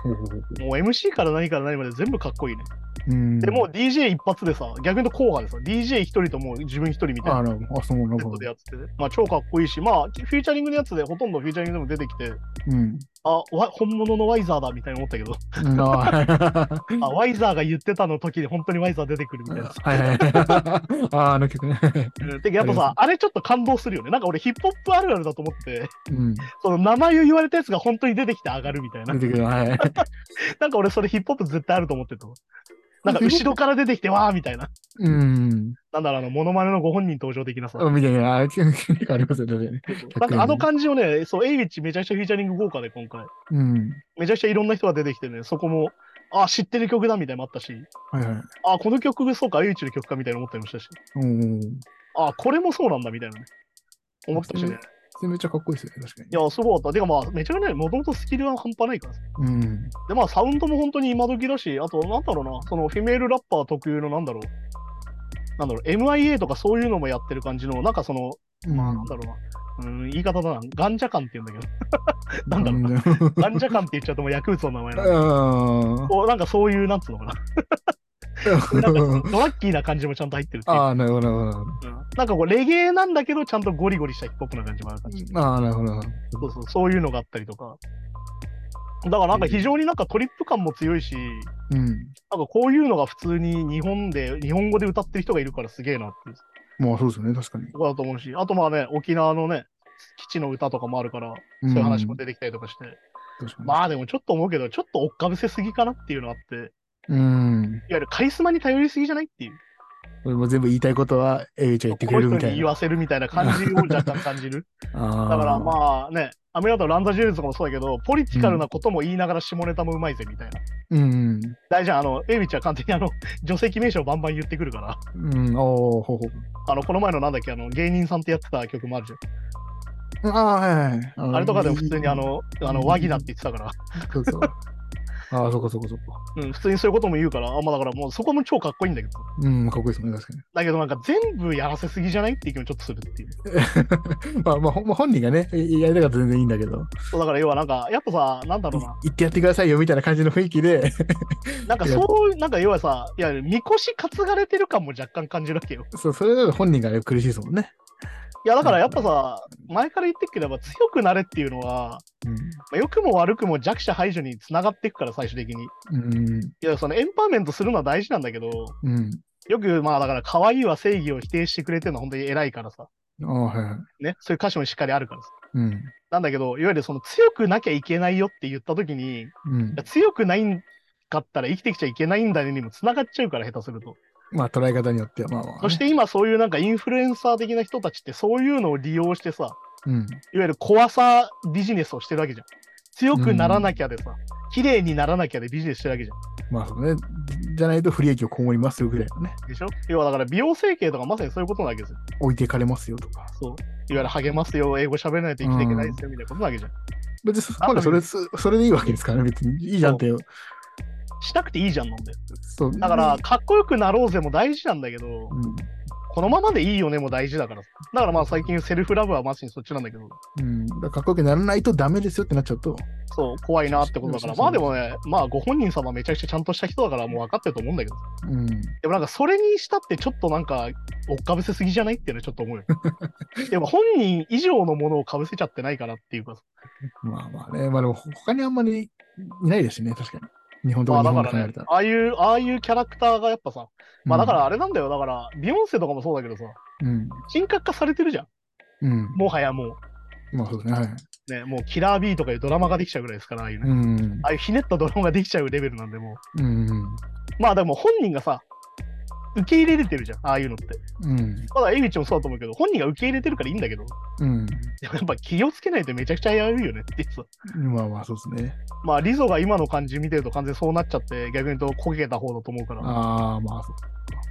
C: ほうほうほう
B: もう MC から何から何まで全部かっこいいね。
C: うん。
B: でもう DJ 一発でさ、逆に言うと後派でさ、DJ 一人ともう自分一人みたいな
C: あ。の、あ、そうな
B: セ
C: る
B: ッ
C: ほ
B: トで
C: ど。
B: やってて、まあ超かっこいいし、まあフューチャリングのやつでほとんどフューチャリングでも出てきて、
C: うん。
B: あ、わ本物のワイザーだみたいに思ったけど、
C: なあ
B: あ、ワイザーが言ってたの時に本当にワイザー出てくるみたいな。
C: はいはいはい。ああ、あの曲ね。
B: で、やっぱさ、あれちょっと感動するよね。なんか俺ヒップホップあるあるだと思って、
C: うん。
B: その名前を言われたやつが本当に出てきて上がるみたいな
C: 出。てくる。はい。
B: なんか俺それヒップホップ絶対あると思ってた。なんか後ろから出てきてわーみたいな。
C: うん。
B: なんだろう、あの、モノマネのご本人登場的なさ。
C: あみたいな、あ結構ありますよね。
B: なんかあの感じをね、そう、エイウィッチめちゃくちゃフューチャリング豪華で今回。
C: うん。
B: めちゃくちゃいろんな人が出てきてね、そこも、あ、知ってる曲だみたいなのもあったし、
C: はいはい。
B: あ、この曲、そうか、エイウィッチの曲かみたいなの思ったりもしたし、
C: うん。
B: あ、これもそうなんだみたいなね。思ったしね。
C: それめっちゃかっこいいですよね、確かに。
B: いや、すごかった。てかまあ、めちゃくちゃね、もともとスキルは半端ないからさ
C: うん。
B: で、まあ、サウンドも本当に今時だし、あと、なんだろうな、そのフィメールラッパー特有の、なんだろう、なんだろう、MIA とかそういうのもやってる感じの、なんかその、
C: ま
B: なんだろうな、うん、言い方だな、ガンジャ感って言うんだけ
C: あ
B: なんだろう
C: な。
B: ど、ガンジャ感って言っちゃうともう薬物の名前なんだけど
C: あ
B: こうなんかそういう、なんつうのか な、なんかそのドラッキーな感じもちゃんと入ってるっていうか
C: あー、なるほど、なるほど。
B: うんなんかこうレゲエなんだけど、ちゃんとゴリゴリしたヒップホップな感じもある感じ、
C: ああ、なるほど。なる
B: そうそう、そういうのがあったりとか。だからなんか非常になんかトリップ感も強いし、
C: ほどうん。
B: なんかこういうのが普通に日本で、日本語で歌ってる人がいるからすげえなっていうと
C: まあ、そうですよね、確かに。
B: ころだと思うし、あとまあね、沖縄のね、基地の歌とかもあるから、
C: そ
B: そういう話も出てきたりとかして、
C: 確かに。
B: まあでもちょっと思うけど、ちょっと追っかぶせすぎかなっていうのあって、いわ
C: うん。
B: ゆるカリスマに頼りすぎじゃないっていう、
C: 俺も全部言いたいことは、エイちゃん言ってくれる
B: この
C: み
B: 人に
C: たい
B: 言
C: な。
B: わせるみたいな感じを若干感じる。
C: あ
B: だから
C: あ
B: まあね、アメリカとランザ・ジュールズとかもそうだけど、ポリティカルなことも言いながら下ネタもうまいぜみたいな。
C: ー。うん。
B: 大丈夫、あの、エイビッチは完全にあの、 女性記名詞をバンバン言ってくるから、
C: うん、おおほうほう。
B: あの、この前のなんだっけ、あの、芸人さんってやってた曲もあるじ
C: ああ、はいはい。
B: ゃ
C: あ
B: ん。あれとかでも普通にあ、の、あの、
C: うん
B: 和議だって言ってたから、
C: そうそう。ああ、そこそこそこ。
B: うん、普通にそういうことも言うから、あまあだからもうそこも超かっこいいんだけど。
C: うん、かっこいいですね、確
B: だけどなんか全部やらせすぎじゃないっていう気もちょっとするっていう。
C: かに。まあ、まあ、ほんまあ本人がね、いやりたかったら全然いいんだけど、
B: そうだから要はなんか、やっぱさ、なんだろうな、
C: い言ってやってくださいよみたいな感じの雰囲気で、
B: なんかそう、なんか要はさ、いや、みこし担がれてる感も若干感じるわけよ。
C: そうそれだと本人がね苦しいですもんね。
B: いやだからやっぱさ、前から言ってっければ強くなれっていうのは、まあ良くも悪くも弱者排除につながっていくから最終的に。い
C: うん。
B: やそのエンパワーメントするのは大事なんだけど、
C: うん。うん。
B: よく、まあだから、可愛いは正義を否定してくれてるのは本当に偉いからさ。
C: ああ、はいはい。
B: ね。そういう歌詞もしっかりあるからさ。
C: うん。
B: なんだけど、いわゆるその強くなきゃいけないよって言った時に、い
C: うん
B: や。強くないんかったら生きてきちゃいけないんだねにも繋がっちゃうから、下手すると。
C: まあ、捉え方によっては、まあまあ。
B: そして今そういうなんかインフルエンサー的な人たちってそういうのを利用してさ、
C: うん。
B: いわゆる怖さビジネスをしてるわけじゃん。強くならなきゃでさ、綺麗にならなきゃでビジネスしてるわけじゃ
C: まあ、そうね。じゃないと不利益をこもりますよぐらいのね。
B: ん。でしょ要はだから美容整形とかまさにそういうことなわけですよ。
C: 置いていかれますよとか。
B: そう。いわゆる励ますよ、英語喋らないと生きていけないですよみたいなことなわけじゃん。
C: 別にそ、なんかそれ、そそ れでいいわけですからね。別にいいじゃんって。
B: したくていいじゃんなんだよ。
C: そう。
B: だから、、かっこよくなろうぜも大事なんだけど、
C: うん。
B: このままでいいよねも大事だからさ。だからまあ最近セルフラブはまさにそっちなんだけど、
C: うん、だからかっこよくならないとダメですよってなっちゃうと、
B: そう、怖いなってことだから。
C: そ
B: ま
C: うそ
B: あ
C: う
B: で
C: そう
B: もね、まあご本人様めちゃくちゃちゃんとした人だからもう分かってると思うんだけど。
C: うん、
B: でもなんかそれにしたってちょっとなんか追っかぶせすぎじゃないっていうのはちょっと思うよ。 でも本人以上のものをかぶせちゃってないからっていうか、
C: まあまあね、まあでも他にあんまりいないですしね、確かに。日本と
B: ま
C: か
B: あ
C: 日
B: だ
C: 本
B: か
C: で考
B: ら
C: え
B: ね
C: たら。、
B: ああいう、ああいうキャラクターがやっぱさ、まあだか
C: うん
B: らあれなんだよ、だからビヨンセとかもそうだけどさ、
C: うん、
B: 人格化されてるじゃん。
C: うん、
B: もはやも
C: まあそうですね、はい。
B: う、ね、もうキラー B とかいうドラマができちゃうぐらいですから、ああいうね
C: うん、
B: ああいうひねったドラマができちゃうレベルなんで、もう。
C: うん、
B: まあでも本人がさ、受け入れれてるじゃん、ああいうのって。
C: うん、
B: まだ江口もそうだと思うけど、本人が受け入れてるからいいんだけど、
C: うん、
B: でもやっぱ気をつけないとめちゃくちゃ危ういよねっていうさ。
C: まあまあそうですね。
B: まあ、リゾが今の感じ見てると完全にそうなっちゃって、逆に言うと焦げた方だと思うから、いわ
C: ああ、まあそ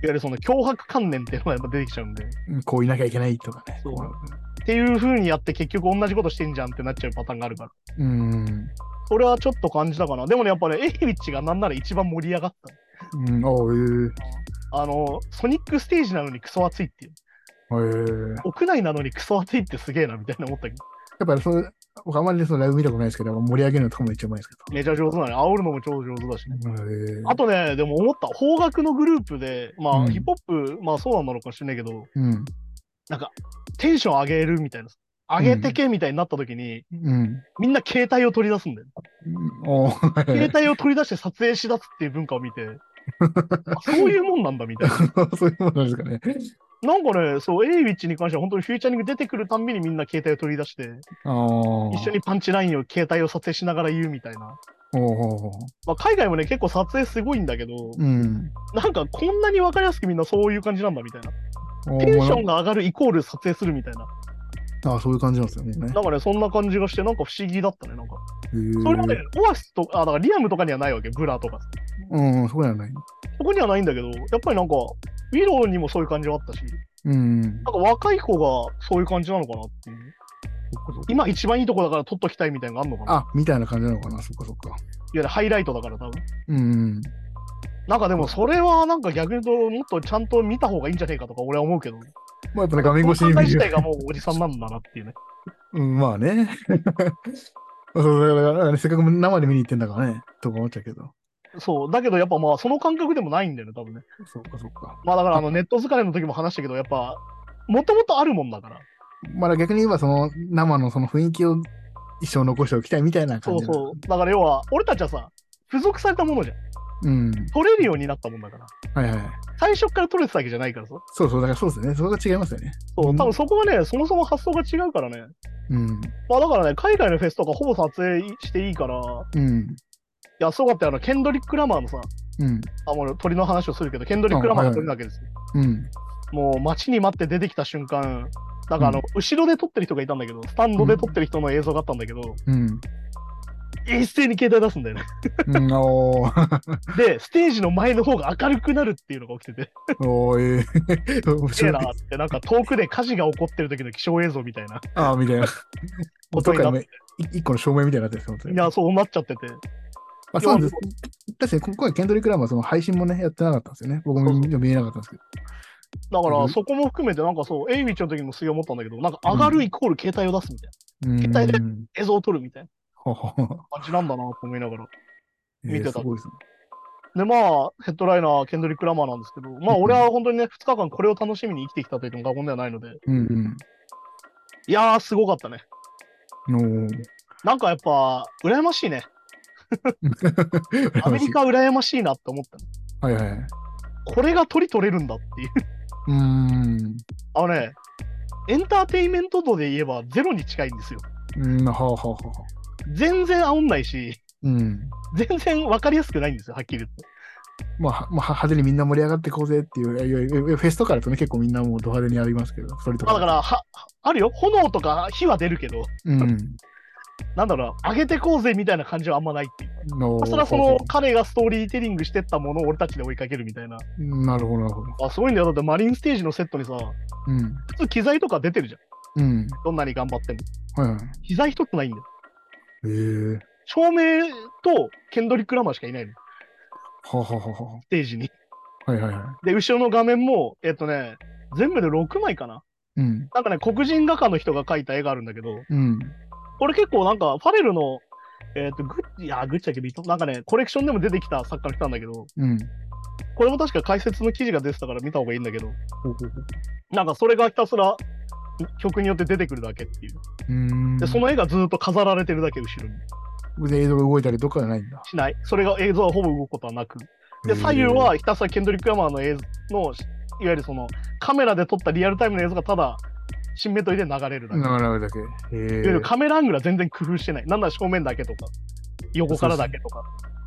B: ゆるその脅迫観念っていうのがやっぱ出てきちゃうんで、っ
C: う、こういなきゃいけないとかね。
B: そう
C: こ
B: ていう風にやって結局同じことしてんじゃんってなっちゃうパターンがあるから、
C: ううん、
B: それはちょっと感じたかな。でもね、やっぱね、エイビッチがなんなら一番盛り上がっ
C: うん、おう、え
B: た。あの、ソニックステージなのにクソ暑いっていう、
C: ー、えー、
B: 屋内なのにクソ暑いってすげえなみたいな思ったけど、
C: やっぱりその、僕あんまりそのライブ見たことないですけど、盛り上げるのとかも一応うまいですけ
B: めちゃ上手なのよ煽るのも超上手だしね。
C: ど。えー
B: あとね、でも思った、邦楽のグループで、まあ、
C: うん
B: ヒップホップ、まあそうなのかもしれないけど、
C: うん、
B: テンション上げるみたいな、上げてけみたいになった時に、
C: うん、
B: みんな携帯を取り出すんだよ。
C: うんおう、
B: 携帯を取り出して撮影しだすっていう文化を見て、あそういうもんなんだみたい な。
C: そういうものなんですかね。
B: なんかね、そう、エイウィッチに関しては本当にフューチャリング出てくるたんびにみんな携帯を取り出して、
C: ああ。
B: 一緒。にパンチラインを携帯を撮影しながら言うみたいな。
C: おうおうおう
B: まあ、海外もね、結構撮影すごいんだけど、
C: うん。
B: なんかこんなに分かりやすくみんなそういう感じなんだみたいな。
C: おう
B: テンション
C: ま
B: が上がるイコール撮影するみたいな。
C: ああ、そういう感じなんですよね。
B: なんかね、そんな感じがして、なんか不思議だったね、なんか。
C: へー
B: それはね、オアシスとか、あ、だからリアムとかにはないわけ、ブラとか。
C: うん、そこにはない。
B: そこにはないんだけど、やっぱりなんか、ウィローにもそういう感じはあったし、
C: うん。
B: なんか若い子がそういう感じなのかなっていう。今一番いいとこだから撮っときたいみたいなのがあるのかな。
C: あ、みたいな感じなのかな、そっかそっか。
B: いや、ハイライトだから多分。
C: うん。
B: なんかでもそれはなんか逆に言うと、もっとちゃんと見た方がいいんじゃねえかとか俺は思うけど。
C: まあやっぱね画面越しに
B: 考え
C: 見
B: 自体
C: る。
B: がもうおじさんなんだなっていうね。
C: うん、まあね。 そうそうだからねせっかく生で見に行ってんだからね、とか思っちゃうけど。
B: そう。だけどやっぱまあその感覚でもないんだよね、多分ね。
C: そっかそっか。
B: まあだからあのネット疲れの時も話したけど、やっぱ、もともとあるもんだから。
C: まだ逆に言えば、その生のその雰囲気を一生残しておきたいみたいな
B: そ
C: 感
B: う
C: じなの。
B: そう。だから要は、俺たちはさ、付属されたものじゃん。
C: うん。
B: 撮れるようになったもんだから。
C: はいはい。
B: 最初から撮れてたわけじゃないからさ。
C: そうそう、だからそうですね。そこが違いますよね。
B: そう、
C: うん
B: 多分そこはね、そもそも発想が違うからね。
C: うん。
B: まあだからね、海外のフェスとかほぼ撮影していいから、い
C: うん。
B: や、そうかったよ、あの、ケンドリック・ラマーのさ、
C: うん。
B: あ、もう鳥の話をするけど、ケンドリック・ラマーが撮るわけですよ。
C: うん。
B: もう待ちに待って出てきた瞬間、なんかあの、
C: うん
B: 後ろで撮ってる人がいたんだけど、スタンドで撮ってる人の映像があったんだけど、
C: うん。
B: 一斉に携帯出すんだよね。
C: うん、おー
B: で、ステージの前の方が明るくなるっていうのが起き てて、
C: おー、えー、面
B: すげ
C: 白
B: え
C: い
B: なーって、なんか遠くで火事が起こってる時の気象映像みたいな。
C: ああ、みたいな。
B: 音に
C: 音
B: な
C: が
B: っ
C: ね、い一個の照明みたいになってるんですよ、本当
B: い
C: に。
B: や、そうなっちゃってて。
C: まあ、そうなんです。確かに、今回、ケンドリック・ラマー、その配信もね、やってなかったんですよね。僕も
B: そう
C: 見見えなかったんですけど。
B: だか
C: う
B: ら、
C: ん
B: そこも含めて、なんかそう、エイウィッチの時もすげえ思ったんだけど、なんか上がるイコール携帯を出すみたい
C: うん。
B: 携帯でな、映像を撮るみたいな
C: ほほほ
B: 感じなんだなと思いながら。見てた
C: えーすごいです
B: で、
C: ね。
B: まあ、ヘッドライナー、ケンドリック・ラマーなんですけど、まあ、俺は本当にね、2日間これを楽しみに生きてきたと言っても過言ではないので、
C: うん
B: いやー、すごかったね。
C: うん。おー
B: なんかやっぱ、羨ましいね。アメリカ羨ましいなって思ったね。
C: はいはい。
B: これが取り取れるんだっていう。
C: うーん。
B: あのね、エンターテインメント度で言えばゼロに近いんですよ。
C: うん、はあはあはあ。
B: 全然煽んないし、
C: うん。
B: 全然分かりやすくないんですよ、はっきり言って。
C: まあ、はまあ、派手にみんな盛り上がっていこうぜっていう、いやいやいやフェスとかだとね、結構みんなもうド派手にやりますけど、それと
B: ま
C: か。
B: あだから、はあるよ、炎とか火は出るけど、
C: ら、うん。
B: なんだろうな、上げてこうぜみたいな感じはあんまないっていう。
C: の
B: それはその彼がストーリーテリングしてったものを俺たちで追いかけるみたいな。
C: なるほど、なるほど。
B: あ、すごいんだよ。だってマリンステージのセットにさ、
C: うん。
B: 普通機材とか出てるじゃん。
C: うん。
B: どんなに頑張っても。
C: はいはい。
B: 機材一つないんだよ。
C: へえ。
B: 照明とケンドリック・ラマーしかいないの、
C: はあはあはあは
B: ステージに。
C: あ。はいはいは
B: で、後ろの画面も、えっとね、全部で6枚かな。
C: い。うん。
B: なんかね、黒人画家の人が描いた絵があるんだけど、
C: うん。
B: これ結構なんか、ファレルの、えっ、と、グッチ、いや、グッチだっけビート、なんかね、コレクションでも出てきた作家の人なんだけど、
C: うん。
B: これも確か解説の記事が出てたから見た方がいいんだけど、
C: ほうほうほう
B: なんかそれがひたすら曲によって出てくるだけっていう。
C: うーん。
B: で、その絵がずっと飾られてるだけ、後ろに。
C: で映像が動いたりとかはないんだ。
B: しない。それが映像はほぼ動くことはなく。で、左右はひたすらケンドリック・ラマーの映像の、いわゆるその、カメラで撮ったリアルタイムの映像がただ、シンメトリーで流れるだ
C: へ
B: け。
C: ー。
B: いわ
C: なるだけ。へ
B: ゆるカメラアングルは全然工夫してない。なんなら正面だけとか、横からだけとか。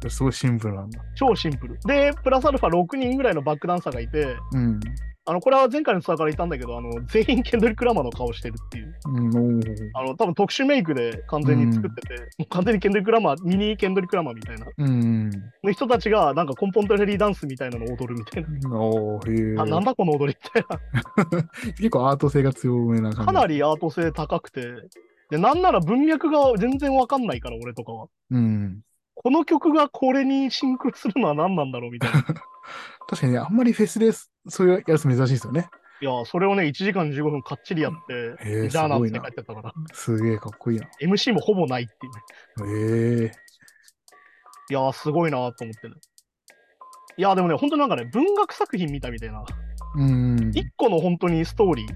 C: え。すごいシンプルなんだ。
B: 超シンプル。で、プラスアルファ6人ぐらいのバックダンサーがいて、
C: うん。
B: あの、これは前回のツアーからいたんだけど、あの、全員ケンドリック・ラマーの顔してるっていう。
C: うん。おー
B: あの、多分特殊メイクで完全に作ってて、もう完全にケンドリック・ラマー、ミニケンドリック・ラマーみたいな。
C: うん。
B: の人たちが、なんかコンポントレリーダンスみたいなのを踊るみたいな。
C: おーへえ。
B: あなんだこの踊りみたいな。
C: 結構アート性が強めな感じ。
B: かなりアート性高くて。で、なんなら文脈が全然わかんないから、俺とかは。
C: うん。
B: この曲がこれにシンクロするのは何なんだろうみたい な。
C: 確かにね、あんまりフェスです、そういうやつ珍しいですよね。
B: いや、それをね、1時間15分かっちりやって、
C: へー
B: じゃあなって
C: す
B: 帰
C: ご
B: っ
C: い
B: て
C: な
B: たから。
C: すげえかっこいいな。
B: MC もほぼないっていうね。
C: へえ。
B: いやー、すごいなーと思ってね。いやー、でもね、本当なんかね、文学作品見たみたいな、
C: うん。
B: 一個の本当にストーリー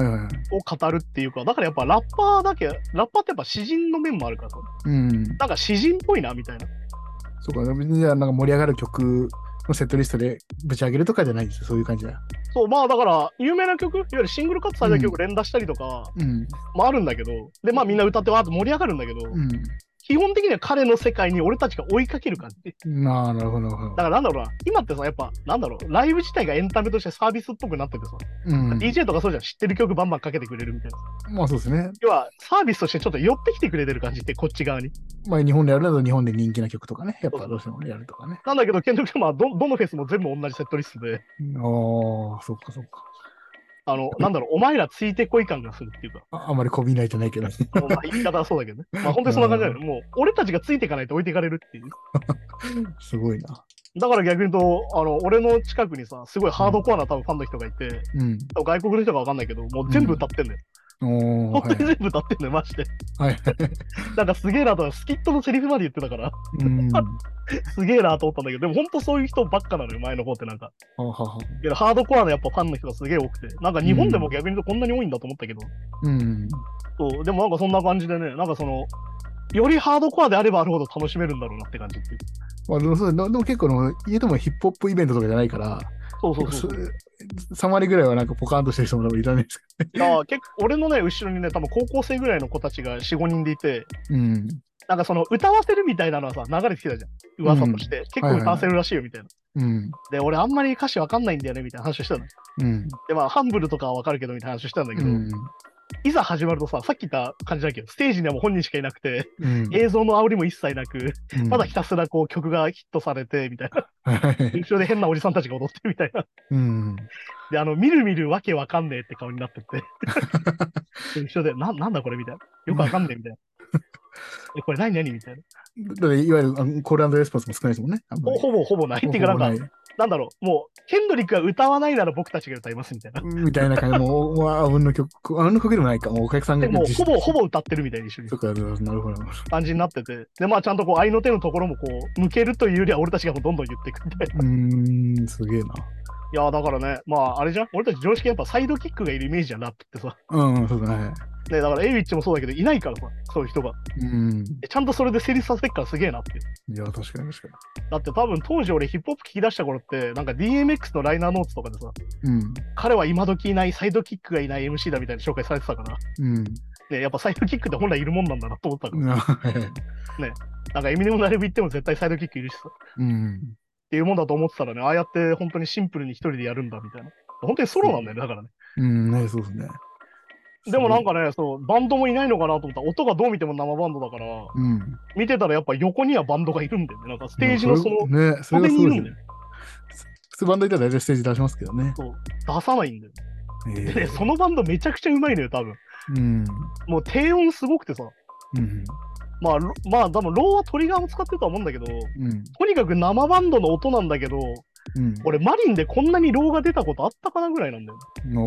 C: はいはいはい。
B: を語るっていうか、だからやっぱラッパーだけ、ラッパーってやっぱ詩人の面もあるから、
C: うん。
B: なんか詩人っぽいなみたいな。
C: そうか、じゃあなんか盛り上がる曲のセットリストでぶち上げるとかじゃないんですよ、そういう感じだ。
B: そう、まあだから、有名な曲、いわゆるシングルカットされた曲連打したりとか
C: うん。
B: もあるんだけど、で、まあみんな歌ってわーっと盛り上がるんだけど、
C: うん。
B: 基本的には彼の世界に俺たちが追いかける感じ。
C: なあ、なるほど、なるほど
B: だ。からなんだろうな、今ってさ、やっぱ、なんだろう、ライブ自体がエンタメとしてサービスっぽくなっててさ、
C: うん。
B: DJ とかそうじゃん、知ってる曲バンバンかけてくれるみたいな。
C: まあそうですね。
B: 要は、サービスとしてちょっと寄ってきてくれてる感じって、こっち側に。
C: まあ日本でやるなら日本で人気な曲とかね。やっぱどうしてもねやるとかね。
B: なんだけど、ケンドリック・ラマーはど、どのフェスも全部同じセットリストで、
C: ああ、そっかそっか。
B: あ の、なんだろう、お前らついてこい感がするっていうか、
C: ああんまりこびないじゃないけど。
B: あのまあ言い方はそう だけどね。まあ本当にそんな感じだよね。もう、俺たちがついていかないと置いていかれるっていう。
C: すごいな。
B: だから逆に言うと、あの、俺の近くにさ、すごいハードコアな多分ファンの人がいて、
C: うん。
B: 外国の人かわかんないけど、もう全部歌ってんだよ。
C: お
B: 本
C: ー
B: 当に全部歌ってんだよ、マジで。
C: はい。はい。
B: なんかすげえなと、スキットのセリフまで言ってたから、
C: うん。は
B: すげえなと思ったんだけど、でも本当そういう人ばっかなのよ、前の方ってなんか。
C: あはあはあ
B: いやハードコアのやっぱファンの人がすげえ多くて、なんか日本でも逆に言うとこんなに多いんだと思ったけど、
C: うん。
B: そう、でもなんかそんな感じでね、なんかその、よりハードコアであればあるほど楽しめるんだろうなって感じっていう。
C: まあでもそうでも結構の家でもヒップホップイベントとかじゃないから、
B: そうそうそう。
C: 3割ぐらいはなんかポカーンとしてる人も多分いらないです
B: いや結構俺のね、後ろにね、多分高校生ぐらいの子たちが4、5人でいて、
C: けど。うん。
B: なんかその歌わせるみたいなのはさ、流れてきたじゃん。噂として。結構歌わせるらしいよみたいな。
C: うん。
B: で、俺あんまり歌詞わかんないんだよねみたいな話をしたの。
C: うん。
B: で、まあ、ハンブルとかはわかるけどみたいな話をしたんだけ
C: う
B: ど、
C: ん。
B: いざ始まるとさ、さっき言った感じだけど、ステージにはもう本人しかいなくて、
C: うん
B: 映像の煽りも一切なく、
C: うん
B: ただひたすらこう曲がヒットされて、みたい な。
C: はい
B: 後ろで変なおじさんたちが踊ってるみたいな。
C: うん。
B: で、あの、みるみるわけわかんねえって顔になって て。で後ろで、な、なんだこれみたいな。よくわかんねえみたい な。え、これ何何みたいな。
C: だっていわゆるあのコールレスポンスも少ないですもんね。あん
B: ほ
C: まり
B: ほぼほぼないっていうか、なんか、なんだろう、もう、ケンドリックが歌わないなら僕たちが歌いますみたいな。
C: みたいな感じ、もう、 あうんの曲、あうんの曲でもないか、もうお客さん
B: で
C: が
B: もう、ほぼほ
C: ぼ。
B: ぼ歌ってるみたいに一緒に
C: そっか、なるほど。
B: 感じになってて、で、まあ、ちゃんとこう、愛の手のところもこう、向けるというよりは、俺たちがこうどんどん言っていくみたいな。
C: うーん、すげえな。
B: いやーだからね、まあ、あれじゃん、俺たち常識やっぱサイドキックがいるイメージじゃん、ラップってさ。
C: うん、そうだね。
B: ね、だからエイウィッチもそうだけど、いないからさ、そういう人が。
C: うん。
B: えちゃんとそれで成立させてっからすげえなっていう。
C: いや、確かに確か
B: だって多分当時俺ヒップホップ聞き出した頃って、なんか DMX のライナーノーツとかでさ、
C: に。
B: 彼は今時いない、サイドキックがいない MC だみたいな紹介されてたから、
C: うん。
B: ね、やっぱサイドキックって本来いるもんなんだなと思ったか
C: う
B: ら、
C: ん。
B: なんかエミネムのライブ行っても絶対サイドキックいるしさ、っ
C: うん。
B: ていうもんだと思ってたらね、ああやって本当にシンプルに一人でやるんだみたいな。本当にソロなんだよね、だからね。
C: うん、ね、そうですね。
B: でもなんかね、そう、バンドもいないのかなと思ったら、音がどう見ても生バンドだから、
C: すごい、うん。
B: 見てたらやっぱ横にはバンドがいるんだよね。なんかステージのその、
C: ね、それ
B: 壁
C: がす
B: にい
C: ご
B: る
C: い
B: ん
C: で
B: だ
C: す
B: よ
C: ね。。普通バンドいたら大体ステージ出しますけどね。
B: 出さないんだよ。
C: え
B: でね、そのバンドめちゃくちゃうまいのよ、多分。
C: うん。
B: もう低音すごくてさ、
C: うん。
B: まあ、ロまあ、多分ローはトリガーも使ってるとは思うんだけど、
C: うん。
B: とにかく生バンドの音なんだけど、
C: うん。
B: 俺、マリンでこんなにローが出たことあったかなぐらいなんだよ。
C: の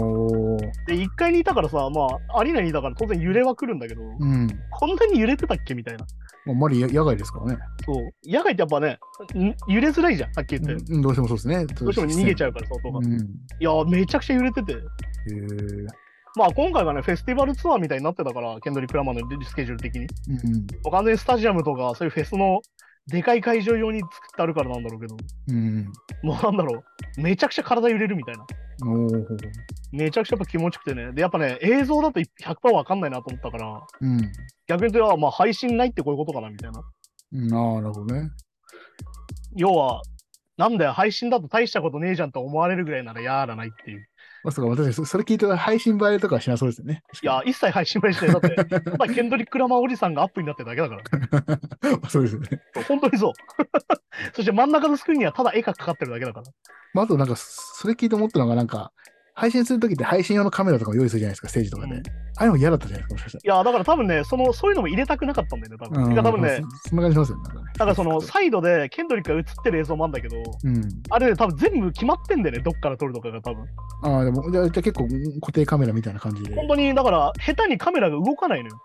C: ー
B: で、1階にいたからさ、まあ、アリーナにいたから当然揺れは来るんだけど、
C: うん。
B: こんなに揺れてたっけみたいな。
C: まあ、マリや野外ですからね。
B: そう。野外ってやっぱね、ん揺れづらいじゃん、はっきり言って。
C: うん、どうしてもそうですね。ど
B: どうしても逃げちゃ
C: う。
B: うからさ、音が。
C: う
B: い
C: ん。へ
B: やー、めちゃくちゃ揺れてて。
C: えー。
B: まあ、今回がね、フェスティバルツアーみたいになってたから、ケンドリック・ラマーのスケジュール的に。もう完全にスタジアムとか、そういうフェスのでかい会場用に作ってあるからなんだろうけど、
C: うん。うん。
B: もうなんだろう、めちゃくちゃ体揺れるみたいな。
C: おー
B: めちゃくちゃやっぱ気持ちよくてね。で、やっぱね、映像だと100%わかんないなと思ったから、
C: うん。
B: 逆に言うと、あまあ配信ないってこういうことかなみたいな。
C: うん、ああ、なるほどね。
B: 要は、なんだよ、配信だと大したことねえじゃんと思われるぐらいならやらないっていう。
C: まあ、そうか、私、そそれ聞いたら配信映えとかはしなそうですよね。
B: いや、一切配信前してないだって、ただケンドリック・ラマーおじさんがアップになってるだけだから。
C: まあそうですよね。
B: 本当にそう。そして真ん中のスクリーンにはただ絵がかかってるだけだから。
C: まあ、あと、なんか、それ聞いて思ったのが、なんか、配信するときって配信用のカメラとかも用意するじゃないですか、ステージとかで。
B: うん
C: ああいうの嫌だったじゃないですか、もしかした
B: いや、だから多分ね、その、そういうのも入れたくなかったんだよね、多
C: ら。
B: 分。てか多分ね
C: ま、あそそんな感じしますよね。なんかね
B: だからその、サイドでケンドリックが映ってる映像もあるんだけど、
C: うん。
B: あれね、多分全部決まってんだよね、どっから撮るとかが多分。
C: ああ、でも、じゃあじゃあ結構固定カメラみたいな感じで。
B: 本当に、だから、下手にカメラが動かないのよ。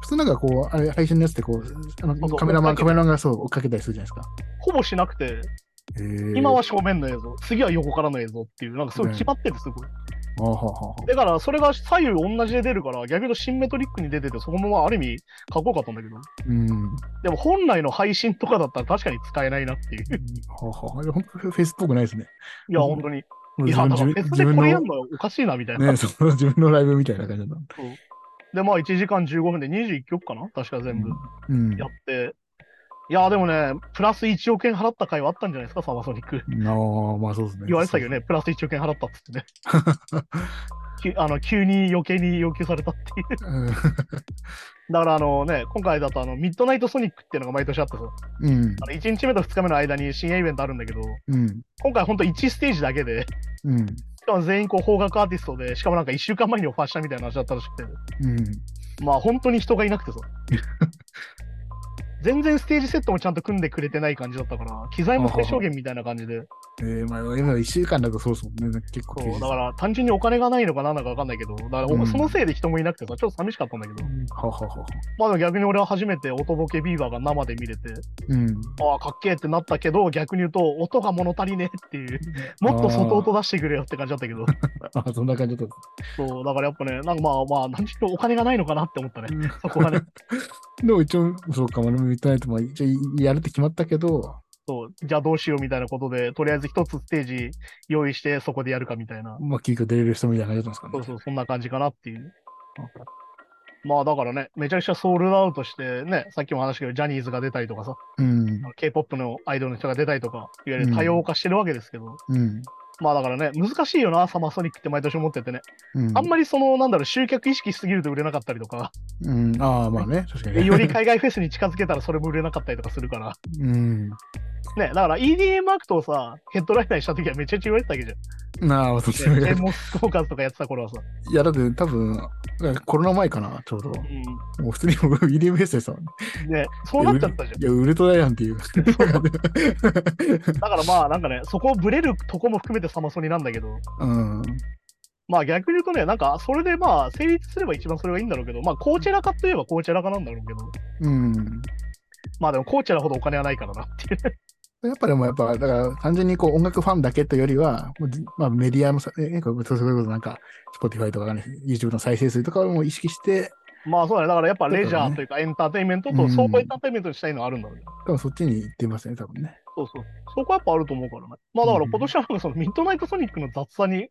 C: 普通なんかこう、あれ、配信のやつってこう、あ
B: そうそ
C: の
B: う
C: カメラ
B: 追
C: マン、
B: っかけて
C: カメラマンがそう、追っかけたりするじゃない
B: ほぼしなくて、
C: ですか。
B: 今は正面の映像、次は横からの映像っていう、なんかすごい決まってる、すごい。
C: ああ、はあはあはあ。
B: だから、それが左右同じで出るから、逆にシンメトリックに出てて、そのままある意味、かっこよかったんだけど。
C: うん。は
B: でも、本来の配信とかだったら確かに使えないなっていう。
C: あはあ。あれ、本当フェイスっぽくないですね。
B: いや、
C: うん
B: 本当に。い
C: もう
B: や、だから、フェスでこれや
C: の
B: ん、のおかしいな、みたいな。
C: ね、そう自分のライブみたいな感じだっ
B: で、まあ、1時間15分で21曲かな確か全部
C: た。うん。
B: やって。いや、でもね、プラス1億円払った回はあったんじゃないですか、サマソニック。
C: なあ、まあそうですね。
B: 言われてたけどね、プラス1億円払ったっつってね。 きあの急に余計に要求されたっていう。だから、あのね、今回だとあの、ミッドナイトソニックっていうのが毎年あってさ、
C: うん。
B: あの1日目と2日目の間に深夜イベントあるんだけど、
C: うん。
B: 今回ほんと1ステージだけで、
C: うん。
B: しかも全員こう邦楽アーティストで、しかもなんか1週間前にオファーしたみたいな話だったらしくて、
C: うん。
B: まあ本当に人がいなくてさ。全然ステージセットもちゃんと組んでくれてない感じだったから、機材も最小限みたいな感じで、
C: えー、まあ、今1週間だとそうですもんね。結構
B: そ
C: 休日。
B: うだから単純にお金がないのかなんだかわかんないけど、だからお
C: うん
B: そのせいで人もいなくてさ、ちょっと寂しかったんだけど、
C: うんはあはあはあ。
B: まあでも逆に俺は初めて音ボケビーバーが生で見れて、
C: うん。
B: ああ、かっけえってなったけど、逆に言うと、音が物足りねえっていう、もっと外音出してくれよって感じだったけど、
C: ああ、そんな感じだった。
B: そうだからやっぱね、なんかまあまあ、何しろお金がないのかなって思ったね、そこがね。
C: でも一応、そうか、まあ、ミッドナイトも一応やるって決まったけど、
B: そう、じゃあどうしようみたいなことで、とりあえず一つステージ用意して、そこでやるかみたいな、
C: まあ、急遽出れる人みたいな感じだったん
B: そう
C: です
B: そう、そんな感じかなっていう。まあだからね、めちゃくちゃソールドアウトして、ね、さっきも話したけど、ジャニーズが出たりとかさ、
C: かね。うん。
B: K-POP のアイドルの人が出たりとか、いわゆる多様化してるわけですけど、
C: うん。
B: まあだからね、難しいよな、サマーソニックって毎年思っててね、
C: うん。
B: あんまりその、なんだろう、集客意識しすぎると売れなかったりとか、
C: うん。ああ、まあね、確か
B: で
C: に。
B: より海外フェスに近づけたらそれも売れなかったりとかするから、
C: うん。
B: ね、だから EDM アクトをさ、ヘッドライナーにした時はめちゃくちゃ言われてたわけじゃん。
C: なあ、私も
B: ででモスフォーカスとかやってた頃はさ、
C: いや、だって多分、コロナ前かな、ちょうど。
B: う
C: もう普通にもう EDM フェスでしたもんね。
B: ん、ね、そうなっちゃったじゃん
C: い。や、ウルトラやんっ ていう。
B: だからまあなんかね、そこをブレるとこも含めてサマソニなんだけど、
C: うん。
B: まあ逆に言うとね、なんかそれでまあ成立すれば一番それがいいんだろうけど、まあコーチェラ化といえばコーチェラ化なんだろうけど、
C: うん。
B: まあでもコーチェラほどお金はないからなっていう。
C: やっぱでもやっぱ、だから単純にこう音楽ファンだけというよりは、もうじまあ、メディアのさ、え、えこうそういうことなんか、Spotify とか、ね、YouTube の再生数とかをもう意識して、
B: まあそうだね。だからやっぱレジ
C: そうだ
B: ャ
C: ね
B: ーというかエンターテインメント
C: う
B: と
C: ん
B: 総合エンターテインメントにしたいのはあるんだろうね。
C: 多分そっちに行ってますね、多分ね。
B: そうそう。そこはやっぱあると思うからね。まあだから今年はなんかそのミッドナイトソニックの雑さに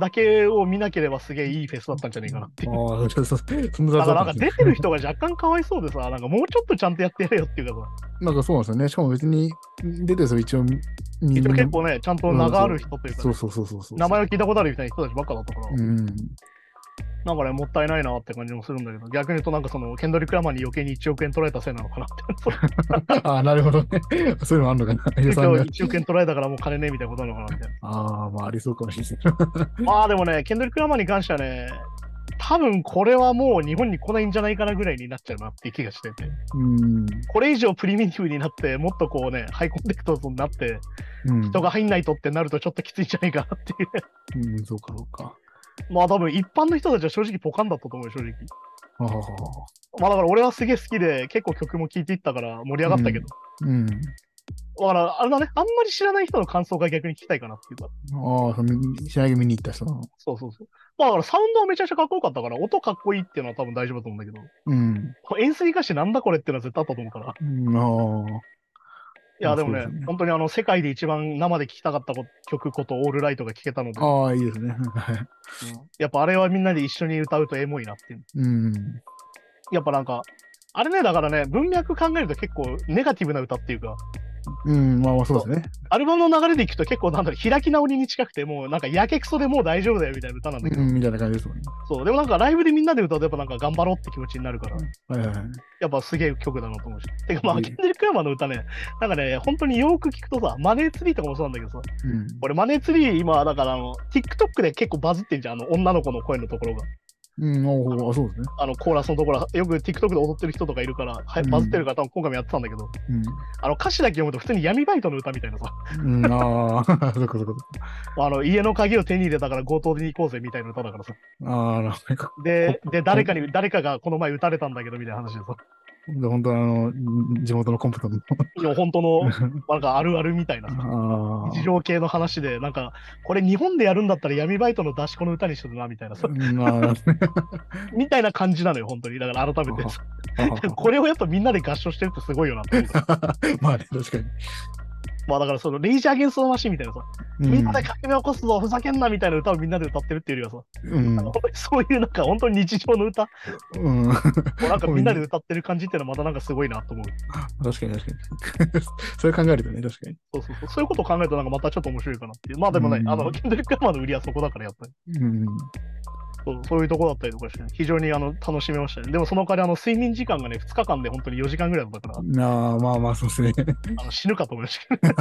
B: だけを見なければすげえいいフェスだったんじゃないかなっていう。
C: ああ、ちょっと そ、そんな
B: だか
C: 雑だ
B: らなんか
C: ったんで
B: 出
C: す
B: てる人が若干かわいそうでさ、なんかもうちょっとちゃんとやってやれよっていうかさ、
C: なんかそうなんですよね。しかも別に、出てる人一応み、み
B: 一
C: ん
B: 応
C: な
B: 結構ね、ちゃんと名がある人というか
C: そ
B: ね、
C: うそうそうそうそう。
B: 名前を聞いたことあるみたいな人たちばっかだったから、
C: うん。
B: なんかね、もったいないなって感じもするんだけど、逆に言うとなんかその、ケンドリック・ラマーに余計に1億円取られたせいなのかなって、それ
C: ああ、なるほどね。 そういうのあるのかな。予算
B: 今
C: が。
B: 日1億円取られたからもう金ねえみたいなことなのかなみ たい
C: ああ、まあありそうかもしれないですね。
B: な。まあでもね、ケンドリック・ラマーに関してはね、多分これはもう日本に来ないんじゃないかなぐらいになっちゃうなっていう気がしてて、
C: うん。
B: これ以上プリミティブになって、もっとこうね、ハイコンテクトになって、
C: うん
B: 人が入んないとってなるとちょっときついんじゃないかなっていう。
C: うん、そうか、そうか。
B: まあ多分一般の人たちは正直ポカンだったと思うよ、正直。
C: ああ、
B: まあだから俺はすげえ好きで、結構曲も聴いていったから盛り上がったけど。
C: うん。
B: だからあれだね、あんまり知らない人の感想が逆に聞きたいかなっていうか。
C: ああ、その、仕上げ見に行った人なの。
B: そうそうそう。まあだからサウンドはめちゃくちゃかっこよかったから、音かっこいいっていうのは多分大丈夫だと思うんだけど、
C: うん。
B: こう演出に関してなんだこれっていうのは絶対あったと思うから。い
C: うんああ。
B: やでもね、
C: そうですね
B: 本当にあの世界で一番生で聴きたかったこと曲ことオールライトが聴けたので、
C: ああ、いいですね。 はい
B: やっぱあれはみんなで一緒に歌うとエモいなっていう。
C: うん。
B: やっぱなんか、あれね、だからね、文脈考えると結構ネガティブな歌っていうか、
C: うん、まあまあそうですね。
B: アルバムの流れでいくと結構なんだろう開き直りに近くてもうなんかやけくそでもう大丈夫だよみたいな歌なんだけ
C: う
B: ど、
C: ん、みたいな感じですもんね。
B: そうでもなんかライブでみんなで歌うとやっぱなんか頑張ろうって気持ちになるから、
C: はいはいはい。
B: やっぱすげえ曲だなと思うしてかま
C: う
B: あ
C: ん
B: ケンデリック・ラマーの歌ねなんかね本当によく聞くとさマネーツリーとかもそうなんだけどさ
C: うん。
B: 俺マネーツリー今だからあの TikTok で結構バズってんじゃんあの女の子の声のところが
C: うん、ああ、そうですね。
B: あのコーラスのところよく TikTok で踊ってる人とかいるから、は
C: うん
B: バズってるから多分今回もやってたんだけどあの歌詞だけ読むと普通に闇バイトの歌みたいなさ
C: うん。うん、ああ、 そっかそっか。
B: あの家の鍵を手に入れたから強盗に行こうぜみたいな歌だからさ
C: ああ、なんか、
B: で、で誰かに、誰かがこの前撃たれたんだけどみたいな話でさ、
C: 本当あの、地元のコンプトの。
B: いや本当の、なんかあるあるみたいなさ、
C: ああ。
B: 日常系の話で、なんか、これ日本でやるんだったら闇バイトの出し子の歌にしとるなみたいなさ、
C: まあ、
B: みたいな感じなのよ、本当に。だから改めて。 これをやっぱみんなで合唱してるってすごいよなって思った。
C: まあね、確かに。
B: まあだからその、レイジー・アゲンスト・のマシンみたいなさ、みんなで革命起こすぞ、ふざけんなみたいな歌をみんなで歌ってるっていうよりはさ、
C: うん。
B: 本当にそういうなんか本当に日常の歌を
C: うん。
B: なんかみんなで歌ってる感じっていうのはまたなんかすごいなと思う。
C: 確かに 確かに。それ考えるとね、確かに。
B: そうそうそうそういうことを考えるとなんかまたちょっと面白いかなっていう。まあでもね、
C: うん
B: あの、ケンドリック・ラマーの売りはそこだからやっぱり。
C: うん。
B: そうそういうとこだったりとかして、非常にあの楽しめましたね。でもその代わりあの睡眠時間がね、2日間で本当に4時間ぐらいだったから、
C: ああ、まあまあ、そうですね。
B: あの死ぬかと思いましたけど。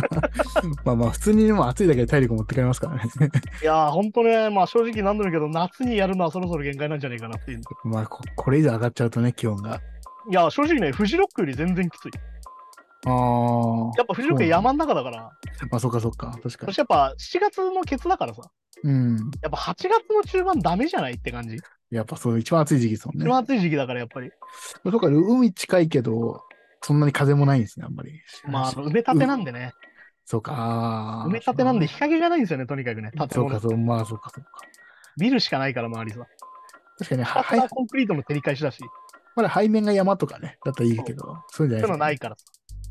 C: まあまあ、普通にも暑いだけで体力持ってかれますからね。
B: いやー、本当ね、まあ正直なんだろうけど、夏にやるのはそろそろ限界なんじゃないかなっていう。
C: まあこ、これ以上上がっちゃうとね、気温が。
B: いやー、正直ね、フジロックより全然きつい。
C: ああ、
B: やっぱフジロック山の中だから、
C: まあ、そっかそっか、確
B: そ
C: かに
B: し。てやっぱ7月のケツだからさ、
C: うん。
B: やっぱ8月の中盤ダメじゃないって感じ。
C: やっぱそう、一番暑い時期ですもん
B: 一
C: ね。
B: 番暑い時期だからやっぱり、
C: そうか、海近いけど、そんなに風もないんですね、あんまり。
B: まあ埋め立てなんでね、
C: そうか、あー
B: 埋め立てなんで。日陰がないんですよね、とにかくね、建
C: そう
B: 物
C: か、そう、まあ、そうか、そうか。
B: ビルしかないから周りさ。
C: 確か に、
B: た
C: は、はい、
B: コンクリートの照り返しだし、そう
C: まだ背面が山とかね、だったらいいけど、そうじゃ
B: い
C: な
B: う
C: い
B: のは
C: ですか
B: ないからさ。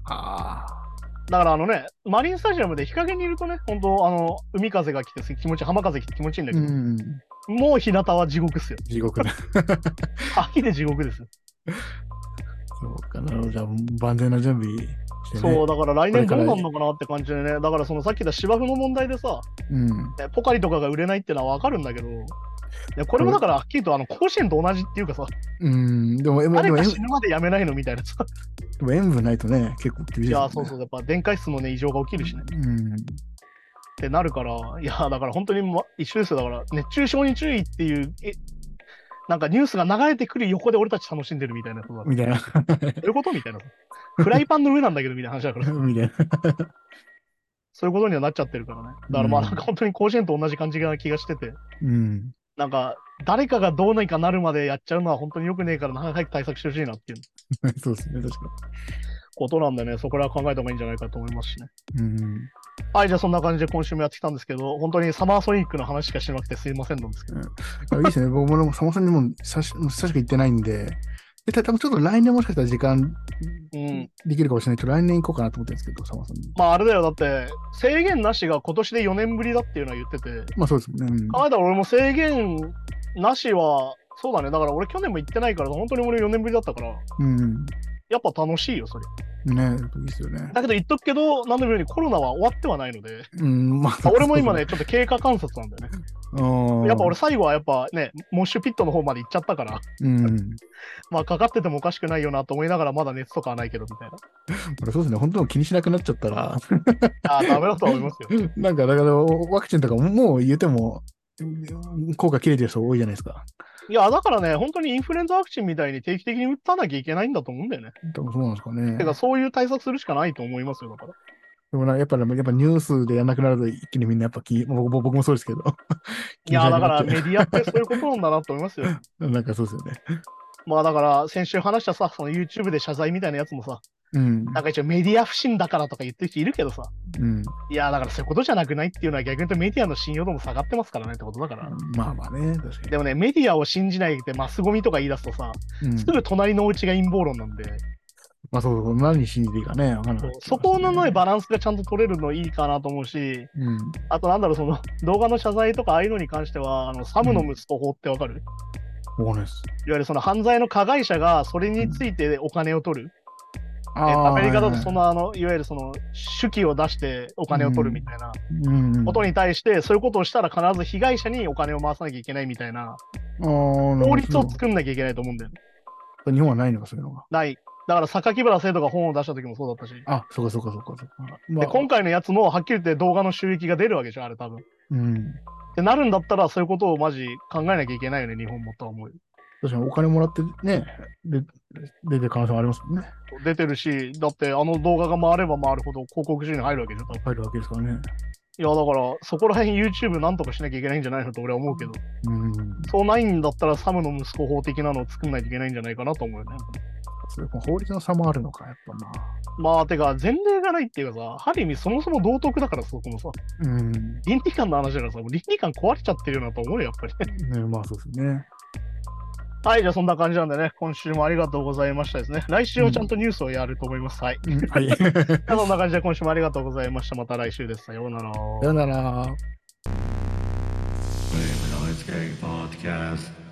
C: あ
B: だからあのね、マリンスタジアムで日陰にいるとね、本当あの、海風が来て気持ちいい、浜風来て気持ちいいんだ
C: あ。
B: け
C: う
B: ど、
C: ん。
B: もう日向は地獄っすよ。
C: 地獄だ。
B: 秋で地獄ですよ。
C: そうか、なるほど。じゃあ、万全な準備してね。
B: そう、だから来年ど
C: こ
B: う
C: れから
B: なんのかなって感じでね、だからそのさっき言った芝生の問題でさ、
C: うん。
B: ねポカリとかが売れないっていうのはわかるんだけど、ねこれもだからはっきりとあの甲子園と同じっていうかさ、
C: うん。でも、でもで
B: 誰
C: も
B: か
C: 塩
B: 死ぬまでやめないのみたいなさ、
C: でも塩分ないとね、結構厳し
B: い
C: いですもんね。
B: や、そうそう、やっぱ電解質のね、異常が起きるしね、っ
C: うん。
B: てなるから、いや、だから本当に、ま、一緒ですよ、だから熱中症に注意っていう、えなんかニュースが流れてくる横で俺たち楽しんでるみたいなやつだ
C: みたいな。
B: どういうことみたいな。フライパンの上なんだけどみたいな話だ から、
C: みたいな。
B: そういうことにはなっちゃってるからね。だからまあ
C: うん
B: なんか本当に甲子園と同じ感じな気がしてて、
C: うん。
B: なんか誰かがどうにかなるまでやっちゃうのは本当に良くねえからな、早く対策してほしいなっていう。
C: そうですね、確か
B: ことなんでね、そこらは考えた方がいいんじゃないかと思いますしね。
C: うん。
B: はい、じゃあそんな感じで今週もやってきたんですけど、本当にサマーソニックの話しかしてなくてすいませんなんですけど、
C: いいですね。僕もでも、サマさんにも久し久しく行ってないんで、でた多分ちょっと来年もしかしたら時間
B: うん。
C: できるかもしれないと、来年行こうかなと思ってるんですけど、サマさんに。
B: まああれだよ、だって制限なしが今年で4年ぶりだっていうのは言ってて、
C: まあそうですもんね。うん
B: 考えたら俺も制限なしは、そうだね、だから俺去年も行ってないから、本当に俺4年ぶりだったから、
C: うん。
B: やっぱ楽しいよ、それ。
C: ねいいですよね。
B: だけど言っとくけど、何度も言うようにコロナは終わってはないの で、
C: うん、まあ。
B: 俺も今ね、ちょっと経過観察なんだよね。
C: うん。
B: やっぱ俺最後はやっぱね、モッシュピットの方まで行っちゃったから、
C: うん。
B: まあかかっててもおかしくないよなと思いながら、まだ熱とかはないけどみたいな。
C: 俺そうですね。本当に気にしなくなっちゃったら、
B: ああ、ダメだとは思いますよ。
C: なんか、だから、ワクチンとかももう言っても、効果切れてる人多いじゃないですか。
B: いや、だからね、本当にインフルエンザワクチンみたいに定期的に打たなきゃいけないんだと思うんだよね。
C: 多分そうなんですかね。
B: てか、そういう対策するしかないと思いますよ、だから。
C: でもな、やっぱ、やっぱニュースでやんなくなると一気にみんなやっぱ気、僕僕僕もそうですけど。
B: いや、だからメデ
C: ね
B: ィアってそういうことなんだなと思い ますよ。
C: なんかそうですよね。
B: まあだから、先週話したさ、その YouTube で謝罪みたいなやつもさ、
C: うん。
B: なんか一応メディア不信だからとか言ってる人いるけどさ、
C: うん。
B: いや、だからそういうことじゃなくないっていうのは逆に言うとメディアの信用度も下がってますからねってことだから。
C: まあまあね、確か
B: でもね、メディアを信じないってマスゴミとか言い出すとさ、
C: に。うん
B: す、ぐ隣のお家が陰謀論なんで、
C: まあそうそう、何信じていいかね、わかんない、
B: そこのないバランスがちゃんと取れるのいいかなと思うし、
C: うん。
B: あとなんだろう、その動画の謝罪とかああいうのに関しては、あのサムの息子法ってわかる、いわ
C: ボーナス。
B: ゆるその犯罪の加害者がそれについてお金を取る。
C: あ
B: え
C: ー
B: アメリカだとそ
C: は
B: の、あの、いわゆるその手記を出してお金を取るみたいない
C: はいうんうん。
B: ことに対して、そういうことをしたら必ず被害者にお金を回さなきゃいけないみたいな法
C: 法
B: 律を作んなきゃいけないと思うんだよね。
C: 日本はないのか、そういうのが。
B: ない。だから榊原生徒が本を出した時もそうだったし。
C: あ、そうかそうかそうかそうか。ま
B: で、
C: あ
B: 今回のやつもはっきり言って動画の収益が出るわけでしょ、あれ多分。
C: うん。
B: ってなるんだったら、そういうことをマジ考えなきゃいけないよね、日本もとは思うよ。
C: 確かにお金もらってね、で出てる可能性もありますもんね。
B: 出てるし、だってあの動画が回れば回るほど広告収入入るわけでしょ、多分
C: 入るわけですからね。
B: いや、だからそこら辺 YouTube なんとかしなきゃいけないんじゃないのと俺は思うけど、
C: うん。
B: そうないんだったらサムの息子法的なのを作んないといけないんじゃないかなと思うよね。
C: それ法律の差もあるのか、やっぱ
B: まあ、てか前例がないっていうかさ、ある意味そもそも道徳だからそこもさ、
C: な。うん。ね、
B: 倫理観の話だからさ、もう倫理観壊れちゃってるよなと思うよ、やっぱり。
C: まあそうですね。
B: はい、じゃあそんな感じなんでね、今週もありがとうございましたですね。来週はちゃんとニュースをやると思います。はい。
C: うん はい。さ
B: じゃあそんな感じで今週もありがとうございました。また来週です。さようなら。
C: よなら。
A: Wave Noise Gang Podcast.